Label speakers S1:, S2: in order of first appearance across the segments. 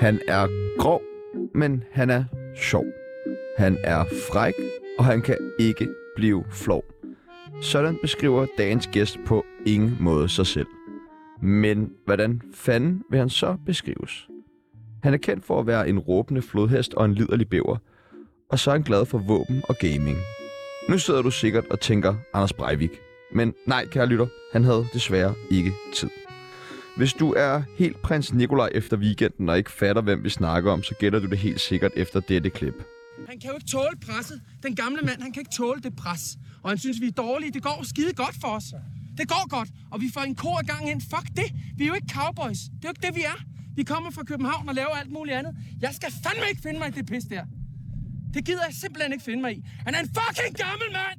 S1: Han er grov, men han er sjov. Han er fræk, og han kan ikke blive flov. Sådan beskriver dagens gæst på ingen måde sig selv. Men hvordan fanden vil han så beskrives? Han er kendt for at være en råbende flodhest og en liderlig bæver, og så er han glad for våben og gaming. Nu sidder du sikkert og tænker Anders Breivik. Men nej, kære lytter, han havde desværre ikke tid. Hvis du er helt prins Nikolaj efter weekenden og ikke fatter, hvem vi snakker om, så gætter du det helt sikkert efter dette klip.
S2: Han kan jo ikke tåle presset. Den gamle mand, han kan ikke tåle det pres. Og han synes, vi er dårlige. Det går skide godt for os. Det går godt, og vi får en kor gang ind. Fuck det. Vi er jo ikke cowboys. Det er jo ikke det, vi er. Vi kommer fra København og laver alt muligt andet. Jeg skal fandme ikke finde mig i det pis der. Det gider jeg simpelthen ikke finde mig i. Han er en fucking gammel mand!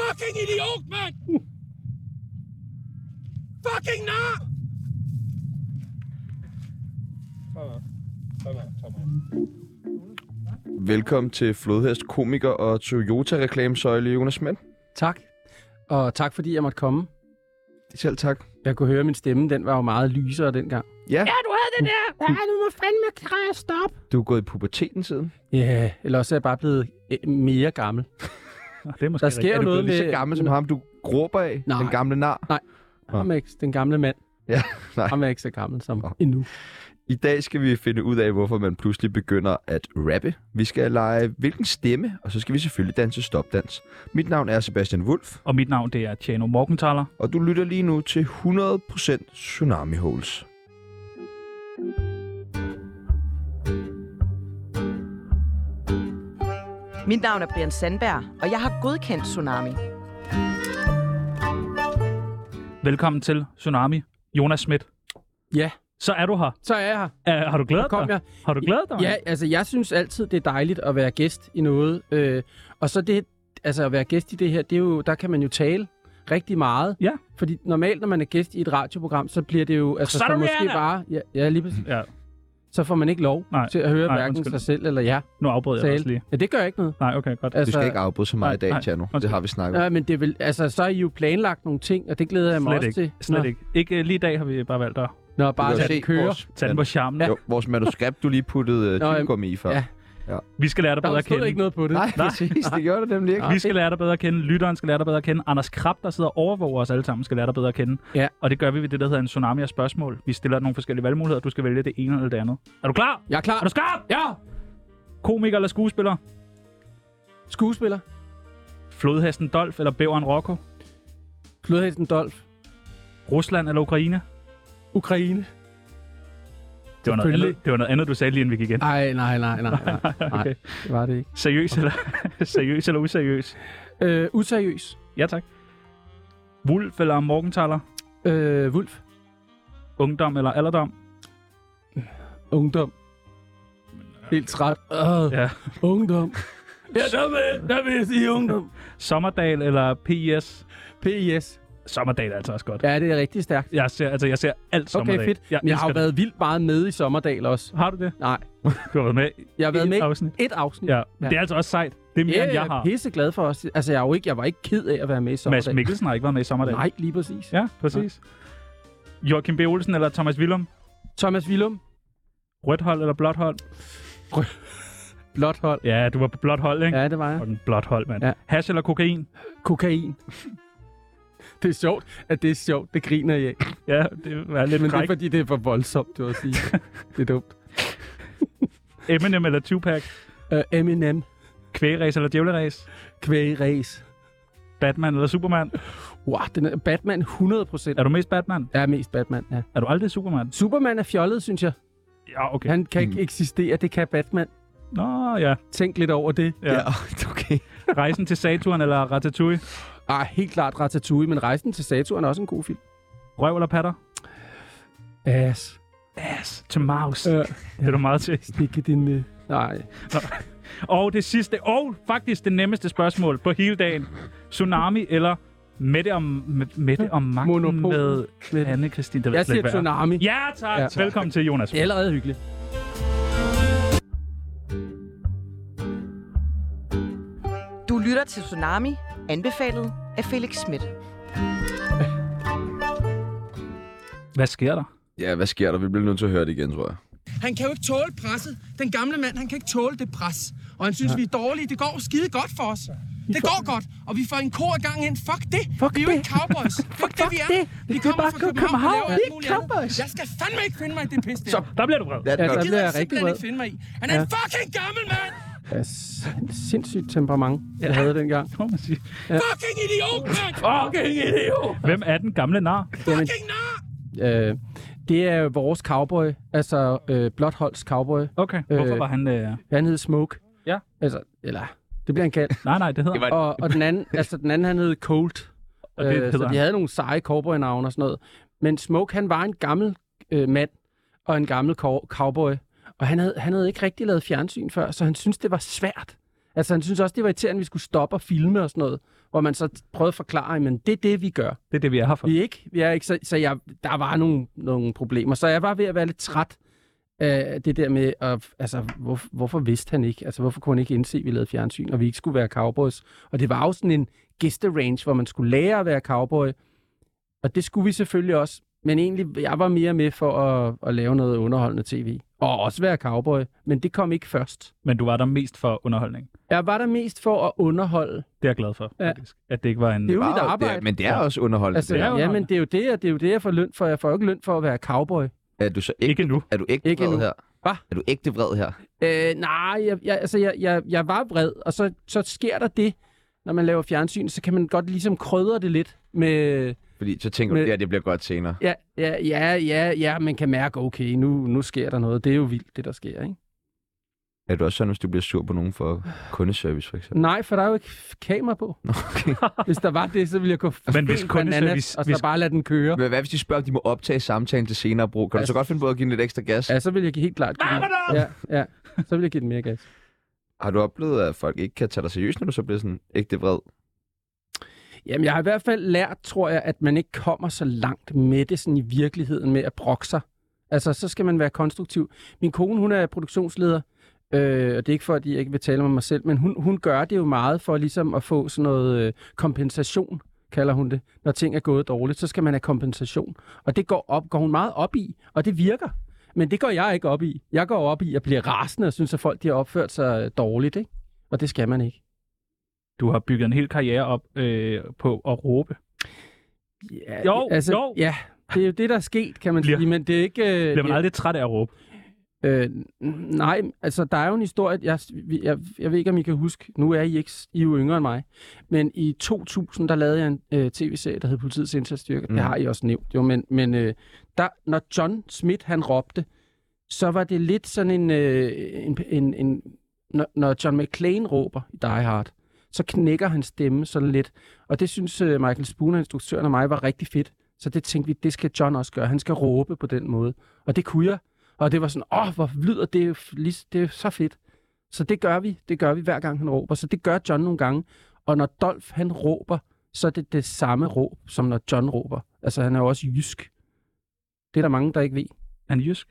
S2: Fucking idiot, mand! Fucking nar!
S1: Velkommen til Flodhest, komiker og Toyota-reklamesøjle Jonas Mænd.
S3: Tak. Og tak, fordi jeg måtte komme.
S1: Selv tak.
S3: Jeg kunne høre min stemme, den var jo meget lysere dengang.
S1: Ja,
S3: du havde den der! Ja, du må fandme kræve stop!
S1: du er gået i puberteten siden.
S3: Ja, yeah, eller også er jeg bare blevet øh, mere gammel.
S4: Nå, det er måske
S3: Der sker
S4: rigtigt.
S3: jo
S4: Er du
S3: noget
S4: blevet
S1: Lige
S3: med-
S1: så gammel som ham, du råber af.
S3: Nej.
S1: Den gamle nar.
S3: Ham er ikke, den gamle mand.
S1: Ja, nej.
S3: Ham er ikke så gammel som
S1: Nå.
S3: endnu.
S1: I dag skal vi finde ud af, hvorfor man pludselig begynder at rappe. Vi skal lege hvilken stemme, og så skal vi selvfølgelig danse stopdans. Lidt. Mit navn er Sebastian Wulf,
S4: lidt- Og mit navn, det er Tjano Morgenthaler.
S1: og du lytter lige nu til 100% Tsunami Holes.
S5: Mit navn er Brian Sandberg, og jeg har godkendt Tsunami.
S4: Velkommen til Tsunami. Jonas Schmidt.
S3: Ja,
S4: Så er du her.
S3: så er jeg her.
S4: Uh, har du glædet
S3: kom
S4: dig?
S3: jeg.
S4: Har du glædet dig?
S3: Ja, altså jeg synes altid, det er dejligt at være gæst i noget. Øh, og så det, altså at være gæst i det her, det er jo, der kan man jo tale rigtig meget.
S4: Ja.
S3: Fordi normalt, når man er gæst i et radioprogram, så bliver det jo... Altså,
S4: Så er
S3: får
S4: du
S3: måske
S4: Rihanna!
S3: bare, ja, ja, lige præcis.
S4: ja.
S3: Så får man ikke lov
S4: Nej,
S3: til at høre
S4: nej,
S3: hverken
S4: undskyld.
S3: sig selv eller jer
S4: Nu afbryder jeg dig også
S3: tale.
S4: lige.
S3: Ja, det gør ikke noget.
S4: Nej, okay, godt.
S1: Du
S3: Altså,
S1: skal ikke afbryde så
S4: nej,
S1: meget i
S4: nej.
S1: dag, Tjerno. Det
S4: Undskyld.
S1: har vi snakket om.
S3: Nej, men det vil, altså, så har I jo planlagt nogle ting, og det glæder jeg mig
S4: Slet
S3: også
S4: ikke.
S3: til.
S4: Slet
S3: Nå,
S4: ikke. Ikke øh, lige i dag har vi bare valgt at
S3: Når bare
S1: Du kan
S3: lade
S1: jo
S3: den køre.
S1: vores,
S4: tage den på charmen.
S1: jo, vores manuskript, du lige puttede
S3: Nå,
S1: uh,
S3: jamen,
S1: tyggegummi i før.
S3: ja.
S4: Vi skal lære dig bedre
S3: Der
S4: at
S3: stod
S4: kende.
S3: ikke noget på det.
S1: Nej, præcis. Det gjorde det nemlig ikke.
S3: Nej.
S4: Vi skal lære dig bedre at kende. Lytteren skal lære dig bedre at kende. Anders Krab, der sidder og overvåger os alle sammen, skal lære dig bedre at kende.
S3: Ja.
S4: Og det gør vi ved det, der hedder en tsunami af spørgsmål. Vi stiller dig nogle forskellige valgmuligheder. Du skal vælge det ene eller det andet. Er du klar?
S3: Jeg er klar.
S4: Er du skarp?
S3: Ja!
S4: Komiker eller skuespiller?
S3: Skuespiller.
S4: Flodhesten Dolf eller Bæveren Rocco?
S3: Klodhelsen Dolf.
S4: Rusland eller Ukraine?
S3: Ukraine.
S4: Det var, noget
S3: Selvfølgelig.
S4: andet, det var noget andet, du sagde lige inden vi gik ind.
S3: Ej, nej, nej, nej, nej. nej.
S4: Okay.
S3: Det var det ikke.
S4: Seriøs eller, seriøs eller useriøs?
S3: Øh, useriøs.
S4: Ja, tak. Wulf eller Morgenthaler?
S3: Øh, Wulf.
S4: Ungdom eller alderdom?
S3: Ungdom. Helt træt. Øh,
S4: Ja.
S3: Ungdom. Ja, der vil, der vil jeg sige ungdom.
S4: Sommerdal eller PIS?
S3: P.I.S.
S4: Sommerdal er altså også godt.
S3: Ja, det er rigtig stærkt.
S4: Jeg ser, altså, jeg ser alt Sommerdal.
S3: Okay, fedt.
S4: Jeg,
S3: Men jeg har jo
S4: elsker
S3: været vildt meget med i Sommerdal også.
S4: det. Har du det?
S3: Nej,
S4: Du har været med i
S3: jeg har været
S4: et
S3: med i
S4: afsnit.
S3: et afsnit.
S4: Ja. ja. Det er altså også sejt. Det er mere,
S3: Ja,
S4: end jeg har.
S3: pisse glad for os. Altså, jeg, er jo ikke, jeg var ikke ked af at være med i Sommerdal.
S4: Mads Mikkelsen har ikke været med i Sommerdal.
S3: Nej, lige præcis.
S4: Ja, præcis. Joachim B. Olsen eller Thomas Willum?
S3: Thomas Willum,
S4: Rødt hold eller blåt hold?
S3: blåt hold.
S4: Ja, du var på blåt hold, ikke?
S3: Ja, det var jeg.
S4: Fucking blåt hold, mand.
S3: Ja.
S4: Hash eller kokain?
S3: Kokain. det er sjovt, at det er sjovt. Det griner jeg af.
S4: Ja, det er lidt
S3: Men det er
S4: frækt.
S3: fordi, det er for voldsomt, du at sige. det er dumt.
S4: Eminem eller Tupac?
S3: Uh, Eminem,
S4: Kvægeræs eller djævleræs?
S3: kvægeræs.
S4: Batman eller Superman?
S3: Wow, den er Batman 100 procent.
S4: Er du mest Batman?
S3: Jeg er mest Batman, ja.
S4: Er du aldrig Superman?
S3: Superman er fjollet, synes jeg.
S4: Ja, okay.
S3: Han kan ikke eksistere, det kan Batman.
S4: Nå, ja.
S3: Tænk lidt over det.
S4: ja. ja.
S1: okay.
S4: Rejsen til Saturn eller Ratatouille?
S3: Ah, helt klart Ratatouille, men Rejsen til Saturn er også en god film.
S4: Røv eller patter?
S3: Ass.
S4: Ass til mouse.
S3: Uh,
S4: Det er du meget til.
S3: stikke din... Uh... Nej.
S4: Og det sidste, og faktisk det nemmeste spørgsmål på hele dagen. Tsunami eller Mette om, M- Mette om magten
S3: Monopol.
S4: med
S3: Mette.
S4: anne Christine. Det ved
S3: Jeg
S4: slet
S3: siger
S4: ikke, hvad er.
S3: Tsunami.
S4: Ja tak.
S3: Ja,
S4: ja,
S3: tak.
S4: tak. Velkommen til, Jonas.
S3: Det er allerede hyggeligt.
S5: Du lytter til Tsunami, anbefalet af Felix Schmidt.
S4: Hvad sker der?
S1: Ja, hvad sker der? Vi bliver nødt til at høre det igen, tror jeg.
S3: Han kan jo ikke tåle presset. Den gamle mand, han kan ikke tåle det pres. Og han synes, ja. vi er dårlige. Det går skide godt for os. Det går godt, og vi får en kor gang ind. Fuck det.
S4: Fuck
S3: vi er jo
S4: det.
S3: ikke cowboys. Det er jo ikke det, vi er.
S4: det.
S3: Vi
S4: Det er
S3: kommer
S4: bare
S3: fra
S4: kun
S3: København,
S4: København.
S3: og laver
S4: Vi
S3: alt
S4: er
S3: muligt andet.
S4: cowboys.
S3: Jeg skal fandme ikke finde mig i det pis der.
S1: Så
S4: Der bliver du vred.
S1: lad den
S6: Altså,
S1: godt.
S3: det
S6: bliver
S3: gider
S6: jeg
S3: jeg
S6: rigtig
S3: simpelthen
S6: vred.
S3: ikke finde mig i. Han er en fucking gammel mand.
S6: Ja, sin- sindssygt temperament, jeg havde dengang.
S4: Må man sige.
S3: Fucking idiot, mand.
S4: Fucking idiot! Hvem er den gamle nar?
S6: Jamen,
S3: Fucking nar.
S6: øh, det er vores cowboy, altså øh, Blåtholds cowboy.
S4: Okay, hvorfor var han... Øh...
S6: Han hed Smoke.
S4: Ja.
S6: Altså, eller, det bliver han kaldt.
S4: Nej, nej, det hedder...
S1: var-
S6: Og, og den, anden, altså, den anden, han hed Colt.
S4: Og det
S6: Øh, så
S4: hedder
S6: de havde nogle seje cowboy-navne og sådan noget. Men Smoke, han var en gammel øh, mand og en gammel cow- cowboy. Og han havde, han havde ikke rigtig lavet fjernsyn før, så han syntes, det var svært. Altså, han syntes også, det var irriterende, at vi skulle stoppe og filme og sådan noget. Hvor man så prøvede at forklare, men det er det, vi gør.
S4: Det er det, vi er her for.
S6: Vi er ikke, vi er ikke så, så jeg, der var nogle, nogle problemer. Så jeg var ved at være lidt træt af det der med, at, altså, hvor, hvorfor vidste han ikke? Altså, hvorfor kunne han ikke indse, at vi lavede fjernsyn, og vi ikke skulle være cowboys? Og det var jo sådan en gæsterange, hvor man skulle lære at være cowboy. Og det skulle vi selvfølgelig også. Men egentlig, jeg var mere med for at, at lave noget underholdende tv. Og også være cowboy. Men det kom ikke først.
S4: Men du var der mest for underholdning.
S6: Jeg var der mest for at underholde.
S4: Det er jeg glad for,
S6: Ja.
S4: faktisk. At det ikke var en...
S6: Det er jo
S1: Bare-
S6: mit arbejde.
S1: Det er, men det er også underholdende.
S6: altså,
S1: Altså,
S4: er
S6: ja,
S4: jo
S6: ja, men
S4: underholdende.
S6: det er jo det, og det er jo det, jeg får løn for. Jeg får jo ikke løn for at være cowboy.
S1: er du så ikke,
S4: Ikke nu.
S1: er du ægte
S6: Ikke
S1: vred
S6: endnu.
S1: her?
S6: Hva?
S1: Er du ægte vred her?
S6: Øh, nej, jeg, jeg, altså, jeg, jeg, jeg var vred, og så, så sker der det, når man laver fjernsyn, så kan man godt ligesom krydre det lidt med...
S1: Fordi så tænker
S6: Men-
S1: du, at det bliver godt senere.
S6: Ja, ja, ja, ja, ja man kan mærke, okay, nu, nu sker der noget. Det er jo vildt, det der sker, ikke?
S1: Er du også sådan, hvis du bliver sur på nogen for kundeservice, for eksempel?
S6: Nej, for der er jo ikke f- kamera på.
S1: Okay.
S6: Hvis der var det, så ville jeg gå f-
S4: Men hvis
S6: helt
S4: kundeservice-
S6: bananas, og så
S4: hvis-
S6: bare lade den køre.
S1: Men hvad hvis de spørger, om de må optage samtalen til senere brug? Kan du
S6: Altså-
S1: så godt finde på at give den lidt ekstra gas?
S6: Ja, så ville jeg give helt klart... Give den, ja, ja, så ville jeg give den mere gas.
S1: Har du oplevet, at folk ikke kan tage dig seriøst, når du så bliver sådan ægte vred?
S6: Jamen, jeg har i hvert fald lært, tror jeg, at man ikke kommer så langt med det sådan i virkeligheden med at brokke sig. Altså, så skal man være konstruktiv. Min kone, hun er produktionsleder, øh, og det er ikke for, at jeg ikke vil tale om mig selv, men hun, hun gør det jo meget for ligesom at få sådan noget øh, kompensation, kalder hun det. Når ting er gået dårligt, så skal man have kompensation. Og det går, op, går hun meget op i, og det virker. Men det går jeg ikke op i. Jeg går op i at blive rasende og synes, at folk de har opført sig øh, dårligt, ikke? Og det skal man ikke.
S4: Du har bygget en hel karriere op øh, på at råbe.
S6: Ja,
S4: Jo,
S6: altså,
S4: jo.
S6: Ja, det er jo det, der er sket, kan man
S4: Bliver-
S6: sige, men det er ikke... Øh,
S4: Bliver man
S6: det-
S4: aldrig træt af at råbe?
S6: Øh, n- nej, altså der er jo en historie, jeg, vi- jeg, jeg ved ikke om I kan huske, nu er I, ikke, s- I er jo yngre end mig, men i 2000, der lavede jeg en øh, tv-serie, der hed Politiets Indsatsstyrke, mm.
S1: Mm.
S6: det har I også nævnt, jo, men, men øh, der, når John Smith han råbte, så var det lidt sådan en, øh, en, en, en når, når John McClane råber i Die Hard, så knækker hans stemme sådan lidt, og det synes øh, Michael Spooner, instruktøren og mig, var rigtig fedt, så det tænkte vi, det skal John også gøre, han skal råbe på den måde, og det kunne jeg, og det var sådan, åh, hvor lyder det, jo f- lige- det er så fedt. Så det gør vi, det gør vi hver gang han råber. Så det gør John nogle gange. Og når Dolf han råber, så er det det samme råb, som når John råber. Altså han er jo også jysk. Det er der mange, der ikke ved.
S4: Er Han jysk?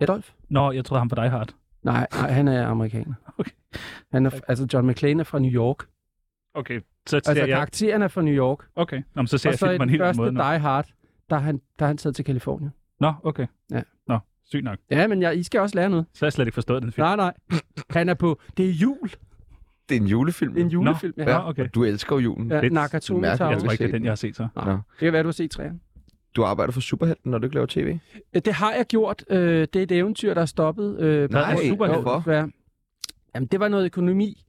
S6: Er Dolf?
S4: Nå, jeg troede han var dig hardt.
S6: Nej, nej, han er amerikaner.
S4: Okay.
S6: Han er, altså John McClane er fra New York.
S4: Okay, så ser
S6: Altså
S4: jeg...
S6: karakteren er fra New York.
S4: Okay, Nå, men så ser
S6: og
S4: jeg
S6: så i
S4: filmen på en
S6: den
S4: helt
S6: første
S4: anden måde nu.
S6: Die Hard, der er han, der er han taget til Kalifornien.
S4: Nå, okay.
S6: Ja.
S4: Nå, sygt nok.
S6: Ja, men jeg, I skal også lære noget.
S4: Så har jeg slet ikke forstået den film.
S6: Nej, nej. Han er på... Det er jul.
S1: Det er en julefilm.
S6: Det er en julefilm,
S4: Nå,
S6: jeg
S4: ja,
S6: har.
S4: okay.
S1: Og du elsker jo julen.
S6: Ja,
S4: Lidt
S6: Nakatomi
S1: mærkeligt,
S6: Tower.
S4: Jeg tror ikke, det
S1: set
S4: er den,
S1: den.
S4: jeg har set så.
S6: Nej. Det kan være, du har set træerne.
S1: Du arbejder for Superhelten, når du ikke laver tv.
S6: Øh, Det har jeg gjort. Øh, Det er et eventyr, der er stoppet. Øh, på-
S1: Nej,
S6: Jo,
S1: hvorfor?
S6: desværre. Jamen, det var noget økonomi.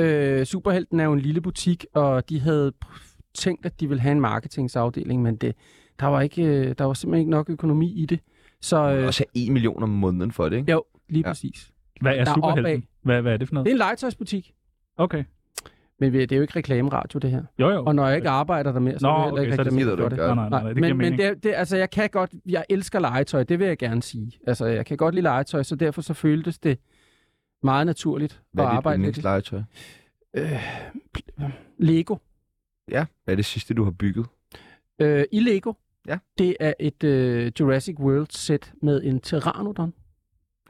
S6: Øh, Superhelten er jo en lille butik, og de havde pr- tænkt, at de ville have en marketingsafdeling, men det, der, var ikke, øh, der var simpelthen ikke nok økonomi i det. Så
S1: Du
S6: øh,
S1: også have 1 million om måneden for det, ikke?
S6: jo, lige
S1: Ja.
S6: ja. præcis.
S4: Hvad er
S6: Der er
S4: superhelten? Hvad, hvad er det for
S6: Det er
S4: noget?
S6: en legetøjsbutik,
S4: Okay.
S6: men vi- det er jo ikke reklameradio, det her.
S4: Jo, jo.
S6: Og når jeg ikke arbejder der mere, så
S4: Nå,
S6: er det heller
S4: okay,
S6: ikke
S4: så er det
S6: reklamere
S1: skidt, at du
S6: for
S1: ikke
S6: det.
S1: gør
S4: Nej,
S1: det.
S4: nej, nej,
S6: Nej,
S4: det giver
S6: men, men
S4: mening.
S6: det, det, altså, jeg kan godt, jeg elsker legetøj, det vil jeg gerne sige. Altså, jeg kan godt lide legetøj, så derfor så føltes det meget naturligt
S1: Hvad
S6: at
S1: er dit
S6: arbejde med det.
S1: yndlingslegetøj?
S6: Lego.
S1: Ja. Hvad er det sidste, du har bygget?
S6: Øh, I Lego,
S1: Ja.
S6: det er et øh, Jurassic World-sæt med en Pteranodon.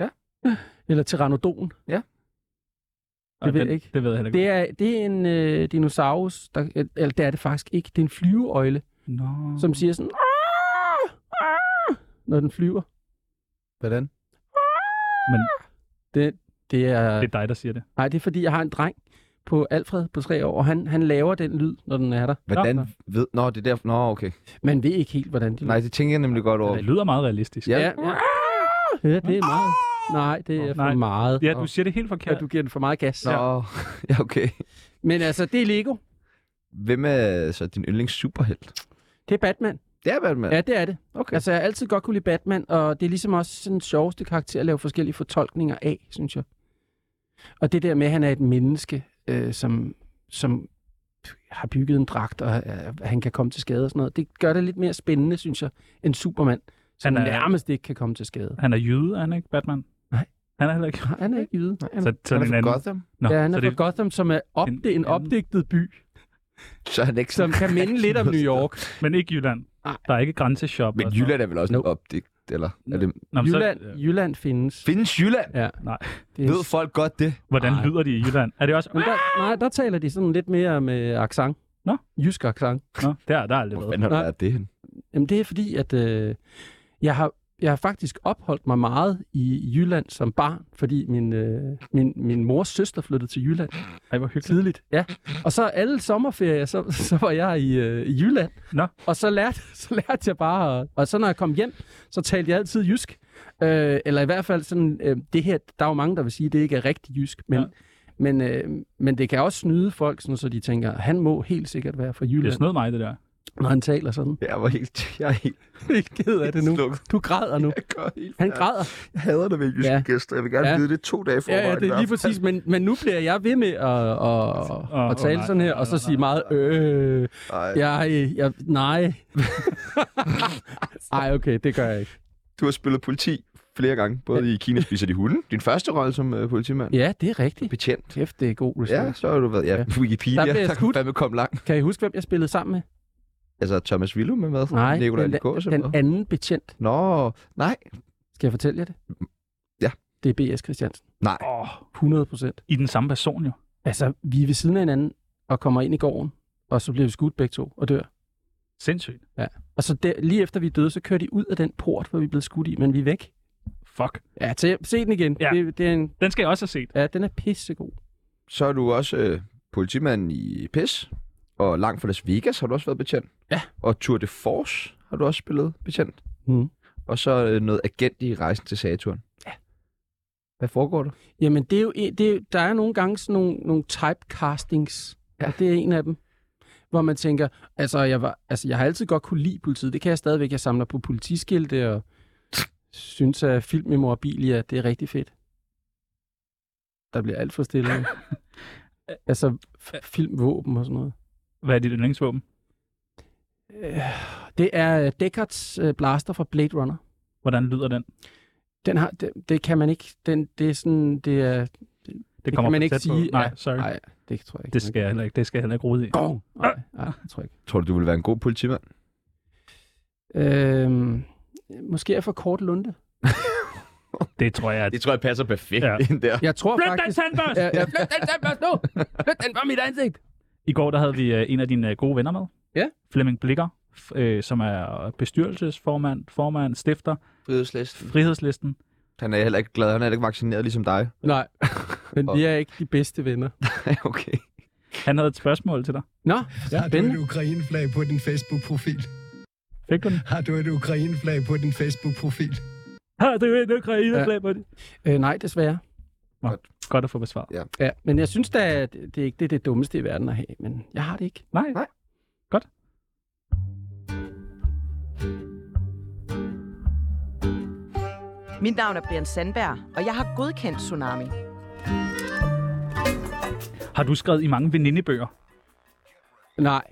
S1: Ja.
S6: Eller Pteranodon.
S4: Og
S6: det ved
S4: den-
S6: jeg ikke.
S4: Det ved jeg heller ikke.
S6: Det er, det er en øh, dinosaurus, der, eller det er det faktisk ikke, det er en flyveøjle,
S4: Nå.
S6: som siger sådan, "Aah! Aah!" når den flyver.
S7: Hvordan?
S4: Men
S6: Det, det er...
S4: det er dig, der siger det.
S6: Nej, det er fordi, jeg har en dreng på Alfred på tre år, og han, han laver den lyd, når den er der.
S1: Hvordan
S4: Nå.
S1: ved... Nå, det er derfor... Nå, okay.
S6: Man ved ikke helt, hvordan de
S1: Nej, det tænker jeg nemlig godt over.
S4: Det lyder meget realistisk.
S1: Ja.
S6: Ja, ja. ja, det er meget. Nej, det er
S4: Åh,
S6: for
S4: nej.
S6: meget.
S4: ja du siger det helt
S6: ja,
S4: forkert.
S6: du giver den for meget gas.
S1: Nå, ja, okay.
S6: Men altså, det er Lego.
S1: Hvem er så din yndlings superhelt?
S6: Det er Batman.
S1: Det er Batman.
S6: Ja, det er det.
S1: okay.
S6: Altså, jeg har altid godt kunne lide Batman, og det er ligesom også den sjoveste karakter at lave forskellige fortolkninger af, synes jeg. Og det der med, at han er et menneske, øh, som, som har bygget en dragt, og øh, han kan komme til skade og sådan noget, det gør det lidt mere spændende, synes jeg, end Superman, som
S4: Han
S6: han
S4: er-
S6: er... nærmest ikke kan komme til skade.
S4: Han er jyde, er han ikke, Batman?
S6: Nej.
S4: Han er heller ikke.
S6: Nej, Han er ikke jyde. Han,
S4: Så, så
S1: Han er
S4: den
S1: fra
S4: anden-
S1: Gotham,
S4: Nå,
S6: ja, han
S4: så
S6: er
S4: det
S6: fra Gotham, som er op,
S4: En-
S6: en, en
S4: en-
S6: opdigtet by,
S1: så er han ikke
S6: som kan minde lidt om New York.
S4: Men ikke Jylland.
S6: Nej.
S4: Der er ikke grænseshop.
S1: Men
S4: og sådan
S1: Jylland er vel også en
S6: Nope.
S1: opdigt, eller? Er det...
S4: noget. Nå, men
S6: Jylland,
S4: Så,
S6: Jylland findes.
S1: Findes Jylland?
S6: Ja.
S4: Nej.
S6: Det er
S1: Ved folk godt det?
S4: hvordan
S6: Nej.
S4: lyder de i Jylland? Er det også...
S6: Men der, nej, der taler de sådan lidt mere med accent.
S4: Nå.
S6: Jysk accent.
S4: Nå, der, der er aldrig
S1: Hvor
S4: været.
S1: fanden har
S6: Nej.
S1: der det hen?
S6: Jamen, det er fordi, at øh, jeg, har, jeg har faktisk opholdt mig meget i Jylland som barn, fordi min, øh, min, min mors søster flyttede til Jylland
S4: Ej, hvor hyggeligt.
S6: tidligt. Ja. Og så alle sommerferier, så, så var jeg i, øh, i Jylland.
S4: Nå.
S6: Og så lærte, så lærte jeg bare, at- og så når jeg kom hjem, så talte jeg altid jysk. Øh, eller i hvert fald sådan, øh, det her, der er jo mange, der vil sige, at det ikke er rigtig jysk, men,
S4: Ja.
S6: ja. men, øh, men det kan også snyde folk, sådan, så de tænker, han må helt sikkert være fra
S4: Det
S6: Jylland,
S4: snød mig, det der.
S6: når han taler sådan.
S1: Jeg var helt... Jeg er helt
S6: Jeg er ked af det nu.
S1: slukket.
S6: Du græder nu.
S1: Jeg går helt
S6: Han
S1: færdig.
S6: græder.
S1: Jeg hader det med jyske
S6: Ja.
S1: gæster. Jeg vil gerne
S6: Ja.
S1: vide det to dage forvejen.
S6: Ja, ja, det er lige præcis, men, men nu bliver jeg ved med at, at, at,
S4: Åh,
S6: at tale
S4: nej,
S6: sådan her,
S4: nej,
S6: og så
S4: nej,
S6: sige
S4: nej,
S6: meget, øh,
S1: Ej,
S6: Jeg, øh, jeg, nej. Ej, okay, det gør jeg ikke.
S1: Du har spillet politi flere gange. Både i Kina spiser de hunden. Din første rolle som øh, politimand.
S6: Ja, det er rigtigt.
S1: Betjent.
S6: Kæft, det er god
S1: Ja,
S6: research.
S1: så har du været... Ja,
S6: Ja.
S1: Wikipedia.
S6: Der blev jeg
S1: Der kunne
S6: skudt.
S1: fandme komme langt.
S6: Ja. Kan I huske, hvem jeg spillede sammen med?
S1: Altså, Thomas Willum er med.
S6: Nej,
S1: Nikolaj
S6: den,
S1: Likås er med.
S6: den anden betjent.
S1: Nå, nej.
S6: Skal jeg fortælle jer det?
S1: Ja.
S6: Det er B.S. Christiansen.
S1: Nej.
S4: Åh,
S6: 100 procent.
S4: I den samme person jo.
S6: Altså, vi er ved siden af hinanden og kommer ind i gården, og så bliver vi skudt begge to og dør.
S4: Sindssygt.
S6: Og så der, lige efter vi er døde, så kører de ud af den port, hvor vi er blevet skudt i, men vi er væk.
S4: Fuck.
S6: Ja, til, se den igen.
S4: Ja.
S6: Ja. Det, det er en,
S4: Den skal jeg også have set.
S6: ja, den er pissegod.
S1: Så er du også øh, politimand i PIS, og langt fra Las Vegas har du også været betjent.
S6: Ja.
S1: Og Tour de Force har du også spillet betjent.
S6: Mm.
S1: Og så øh, noget agent i Rejsen til Saturn. Ja. Hvad foregår der?
S6: Jamen, det er jo, en- det er, jo- der er nogle gange sådan nogle, nogle typecastings,
S1: Ja.
S6: ja. og det er en af dem, hvor man tænker, altså jeg, var, altså jeg har altid godt kunne lide politiet, det kan jeg stadigvæk, jeg samler på politiskilte og synes, at filmmemorabilia, det er rigtig fedt. Der bliver alt for stille. nu. altså, f- filmvåben og sådan noget.
S4: Hvad er dit yndlingsvåben?
S6: Øh, Det er øh, Deckards øh, blaster fra Blade Runner.
S4: Hvordan lyder den?
S6: Den har, det, det kan man ikke, den, det er sådan, det er,
S4: Det
S6: kan
S4: kommer
S6: man
S4: for
S6: ikke
S4: tæt
S6: sige.
S4: På. Nej,
S6: Ja.
S4: sorry.
S6: nej, det tror jeg ikke.
S4: Det skal jeg heller ikke. Det skal jeg heller ikke rode i.
S6: Gong! Nej, nej, jeg tror ikke.
S1: Tror du, du vil være en god politimand?
S6: Øhm, måske er jeg for kort lunde.
S4: Det tror jeg, at...
S1: tror jeg passer perfekt
S4: Ja.
S1: ind der.
S6: Jeg tror
S4: Flyt den
S6: faktisk...
S4: tandbørste!
S6: Ja, ja, flyt den tandbørst nu! Flyt den fra mit ansigt!
S4: I går der havde vi øh, en af dine øh, gode venner med.
S6: Ja.
S4: Flemming Blikker, f- øh, som er bestyrelsesformand, formand, stifter,
S1: Frihedslisten.
S4: frihedslisten.
S1: Han er heller ikke glad. Han er heller ikke vaccineret ligesom dig.
S6: Nej, men vi er ikke de bedste venner.
S1: okay.
S4: Han havde et spørgsmål til dig.
S6: Nå,
S8: Har du et
S6: spændende.
S8: Ukraine-flag på din Facebook-profil?
S4: Fik du den?
S8: Har du et Ukraine-flag på din Facebook-profil?
S4: Har du en ukraine på det?
S6: Øh, nej, desværre.
S4: Godt at få besvaret.
S6: Ja, men jeg synes da, at det er ikke det, er det dummeste i verden at have, men jeg har det ikke.
S4: Nej.
S1: Nej.
S4: Godt.
S5: Mit navn er Brian Sandberg, og jeg har godkendt Tsunami.
S4: Har du skrevet i mange venindebøger?
S6: Nej,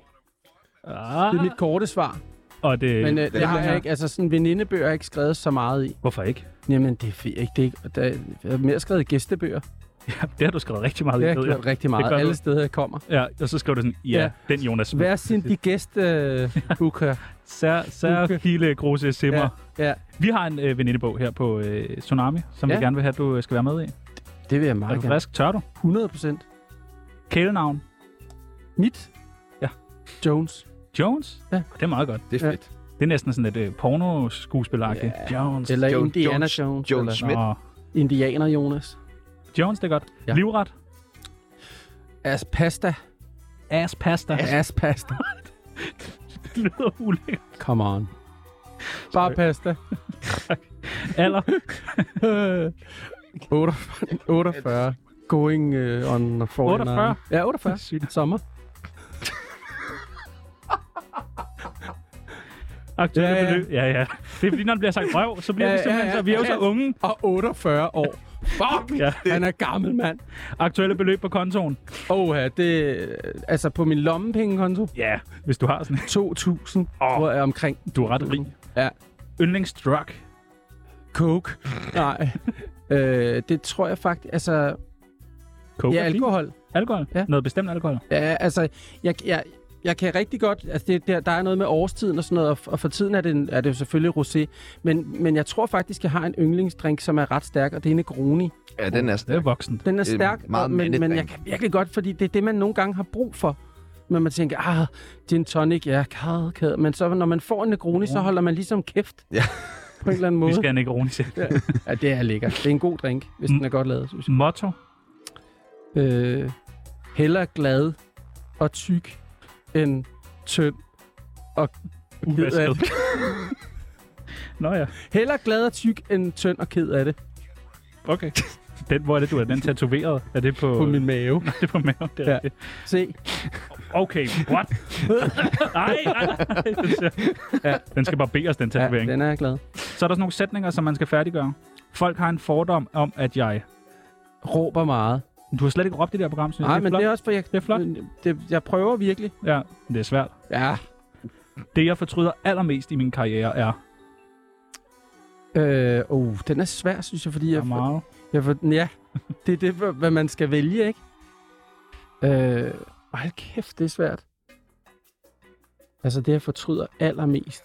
S4: Ah.
S6: det er mit korte svar.
S4: Og det...
S6: Men øh, det har jeg ikke. Altså, sådan venindebøger har jeg ikke skrevet så meget i.
S4: Hvorfor ikke?
S6: Jamen, det er fe- ikke. Det er ikke. Der jeg har mere skrevet gæstebøger.
S4: Ja, det har du skrevet rigtig meget
S6: Det har
S4: i.
S6: jeg
S4: ved
S6: gjort rigtig
S4: Det gør
S6: meget.
S4: du.
S6: Alle steder, jeg kommer.
S4: Ja, og så skrev du sådan, ja, ja.
S6: Ja.
S4: den Jonas.
S6: Hver sin øh, de gæstebooker.
S4: Sær, sær file grose simmer.
S6: Ja,
S4: Ja.
S6: ja,
S4: Vi har en øh, venindebog her på øh, Tsunami, som ja.
S6: Ja.
S4: vi gerne vil have, at du øh, skal være med i. Okay.
S6: det vil jeg
S4: Er du
S6: meget gerne.
S4: frisk? Tør du?
S6: 100 procent.
S4: Kælenavn?
S6: Mit?
S4: Ja.
S6: Jones.
S4: Jones?
S6: Ja.
S4: Det er meget godt.
S1: Det er
S6: Ja.
S1: fedt.
S4: Det er næsten sådan lidt øh, pornoskuespilagtigt. Ja. Jones.
S6: Eller
S1: Jo-
S6: Indiana
S1: Jones-
S6: Jones. Jones,
S1: Jones
S6: eller
S1: Smith.
S4: Nå.
S6: Indianer Jones.
S4: Jones, det er godt.
S6: Ja.
S4: Ja. Livret.
S6: As pasta.
S4: Ass pasta. Ass.
S6: As pasta.
S4: Det lyder ulækkert.
S6: Come on. Bare pasta.
S4: Alder.
S6: 48. 48. Going uh, on 49.
S4: 48?
S6: Ja, 48. Sommer.
S4: Aktuelle ja,
S6: Ja,
S4: ja.
S6: ja.
S4: beløb. Ja, ja. Det er fordi, når det bliver sagt røv, så bliver
S6: Ja,
S4: ja, det simpelthen ja,
S6: ja, ja.
S4: ja. så... Vi er jo så
S6: Ja.
S4: unge.
S6: Og 48 år. Fuck!
S4: Ja.
S6: Han er gammel, mand.
S4: Aktuelle beløb på kontoen.
S6: Åh, det... Altså, på min lommepengekonto, 2.000,
S4: Ja, hvis du har sådan Åh.
S6: tror jeg omkring.
S4: Du er ret rig.
S6: Ja.
S4: Yndlingsdrug.
S6: Coke. Nej. øh, det tror jeg faktisk... Altså,
S4: Coke
S6: ja,
S4: er fint.
S6: alkohol.
S4: Alkohol?
S6: Ja.
S4: Ja. Noget bestemt alkohol?
S6: Ja, altså, jeg, jeg, jeg kan rigtig godt... Altså, det, der, der er noget med årstiden og sådan noget, og, f- og for tiden er det, en- er det jo selvfølgelig rosé. Men, men jeg tror faktisk, jeg har en yndlingsdrink, som er ret stærk, og det er Negroni.
S1: Ja, den er
S4: Det er
S1: stærk.
S4: voksent.
S6: Den er
S1: Det er
S6: stærk,
S1: meget
S6: og, men,
S1: mandedrink.
S6: men jeg kan virkelig godt, fordi det er det, man nogle gange har brug for. Men man tænker, ah, gin tonic, ja, kade, kade. Men så, når man får en Negroni, så holder man ligesom kæft.
S1: Ja.
S6: På en eller
S4: Vi
S6: anden måde.
S4: skal have en Negroni til.
S6: Ja, det er lækkert. Det er en god drink, hvis
S4: Mm.
S6: den er godt lavet, synes jeg.
S4: Motto.
S6: Øh, heller glad og tyk end tynd og ked af
S4: Uvasket.
S6: det.
S4: Nå ja,
S6: Heller glad og tyk end tynd og ked af det
S4: okay. Den, hvor er det, du har den tatoveret? Er det på,
S6: på min mave.
S4: det er på maven? Det er
S6: Ja.
S4: ja. rigtigt.
S6: Se,
S4: Okay, what? nej, nej, nej. Den skal barberes, den
S6: ja,
S4: tatovering. Ja,
S6: den er jeg glad.
S4: Så er der sådan nogle sætninger, som man skal færdiggøre. Folk har en fordom om, at jeg...
S6: Råber meget.
S4: Du har slet ikke råbt i det der program, synes jeg.
S6: Nej, men
S4: flot.
S6: det er også for, jeg,
S4: Det er flot.
S6: det, jeg prøver virkelig.
S4: Ja, det er svært.
S6: Ja.
S4: Det, jeg fortryder allermest i min karriere, er...
S6: Øh, oh, den er svær, synes jeg, fordi
S4: Jeg
S6: jeg...
S4: er meget...
S6: jeg for, ja, det er det, hvad- hvad man skal vælge, ikke? Øh, hold kæft, det er svært. Altså, det, jeg fortryder allermest.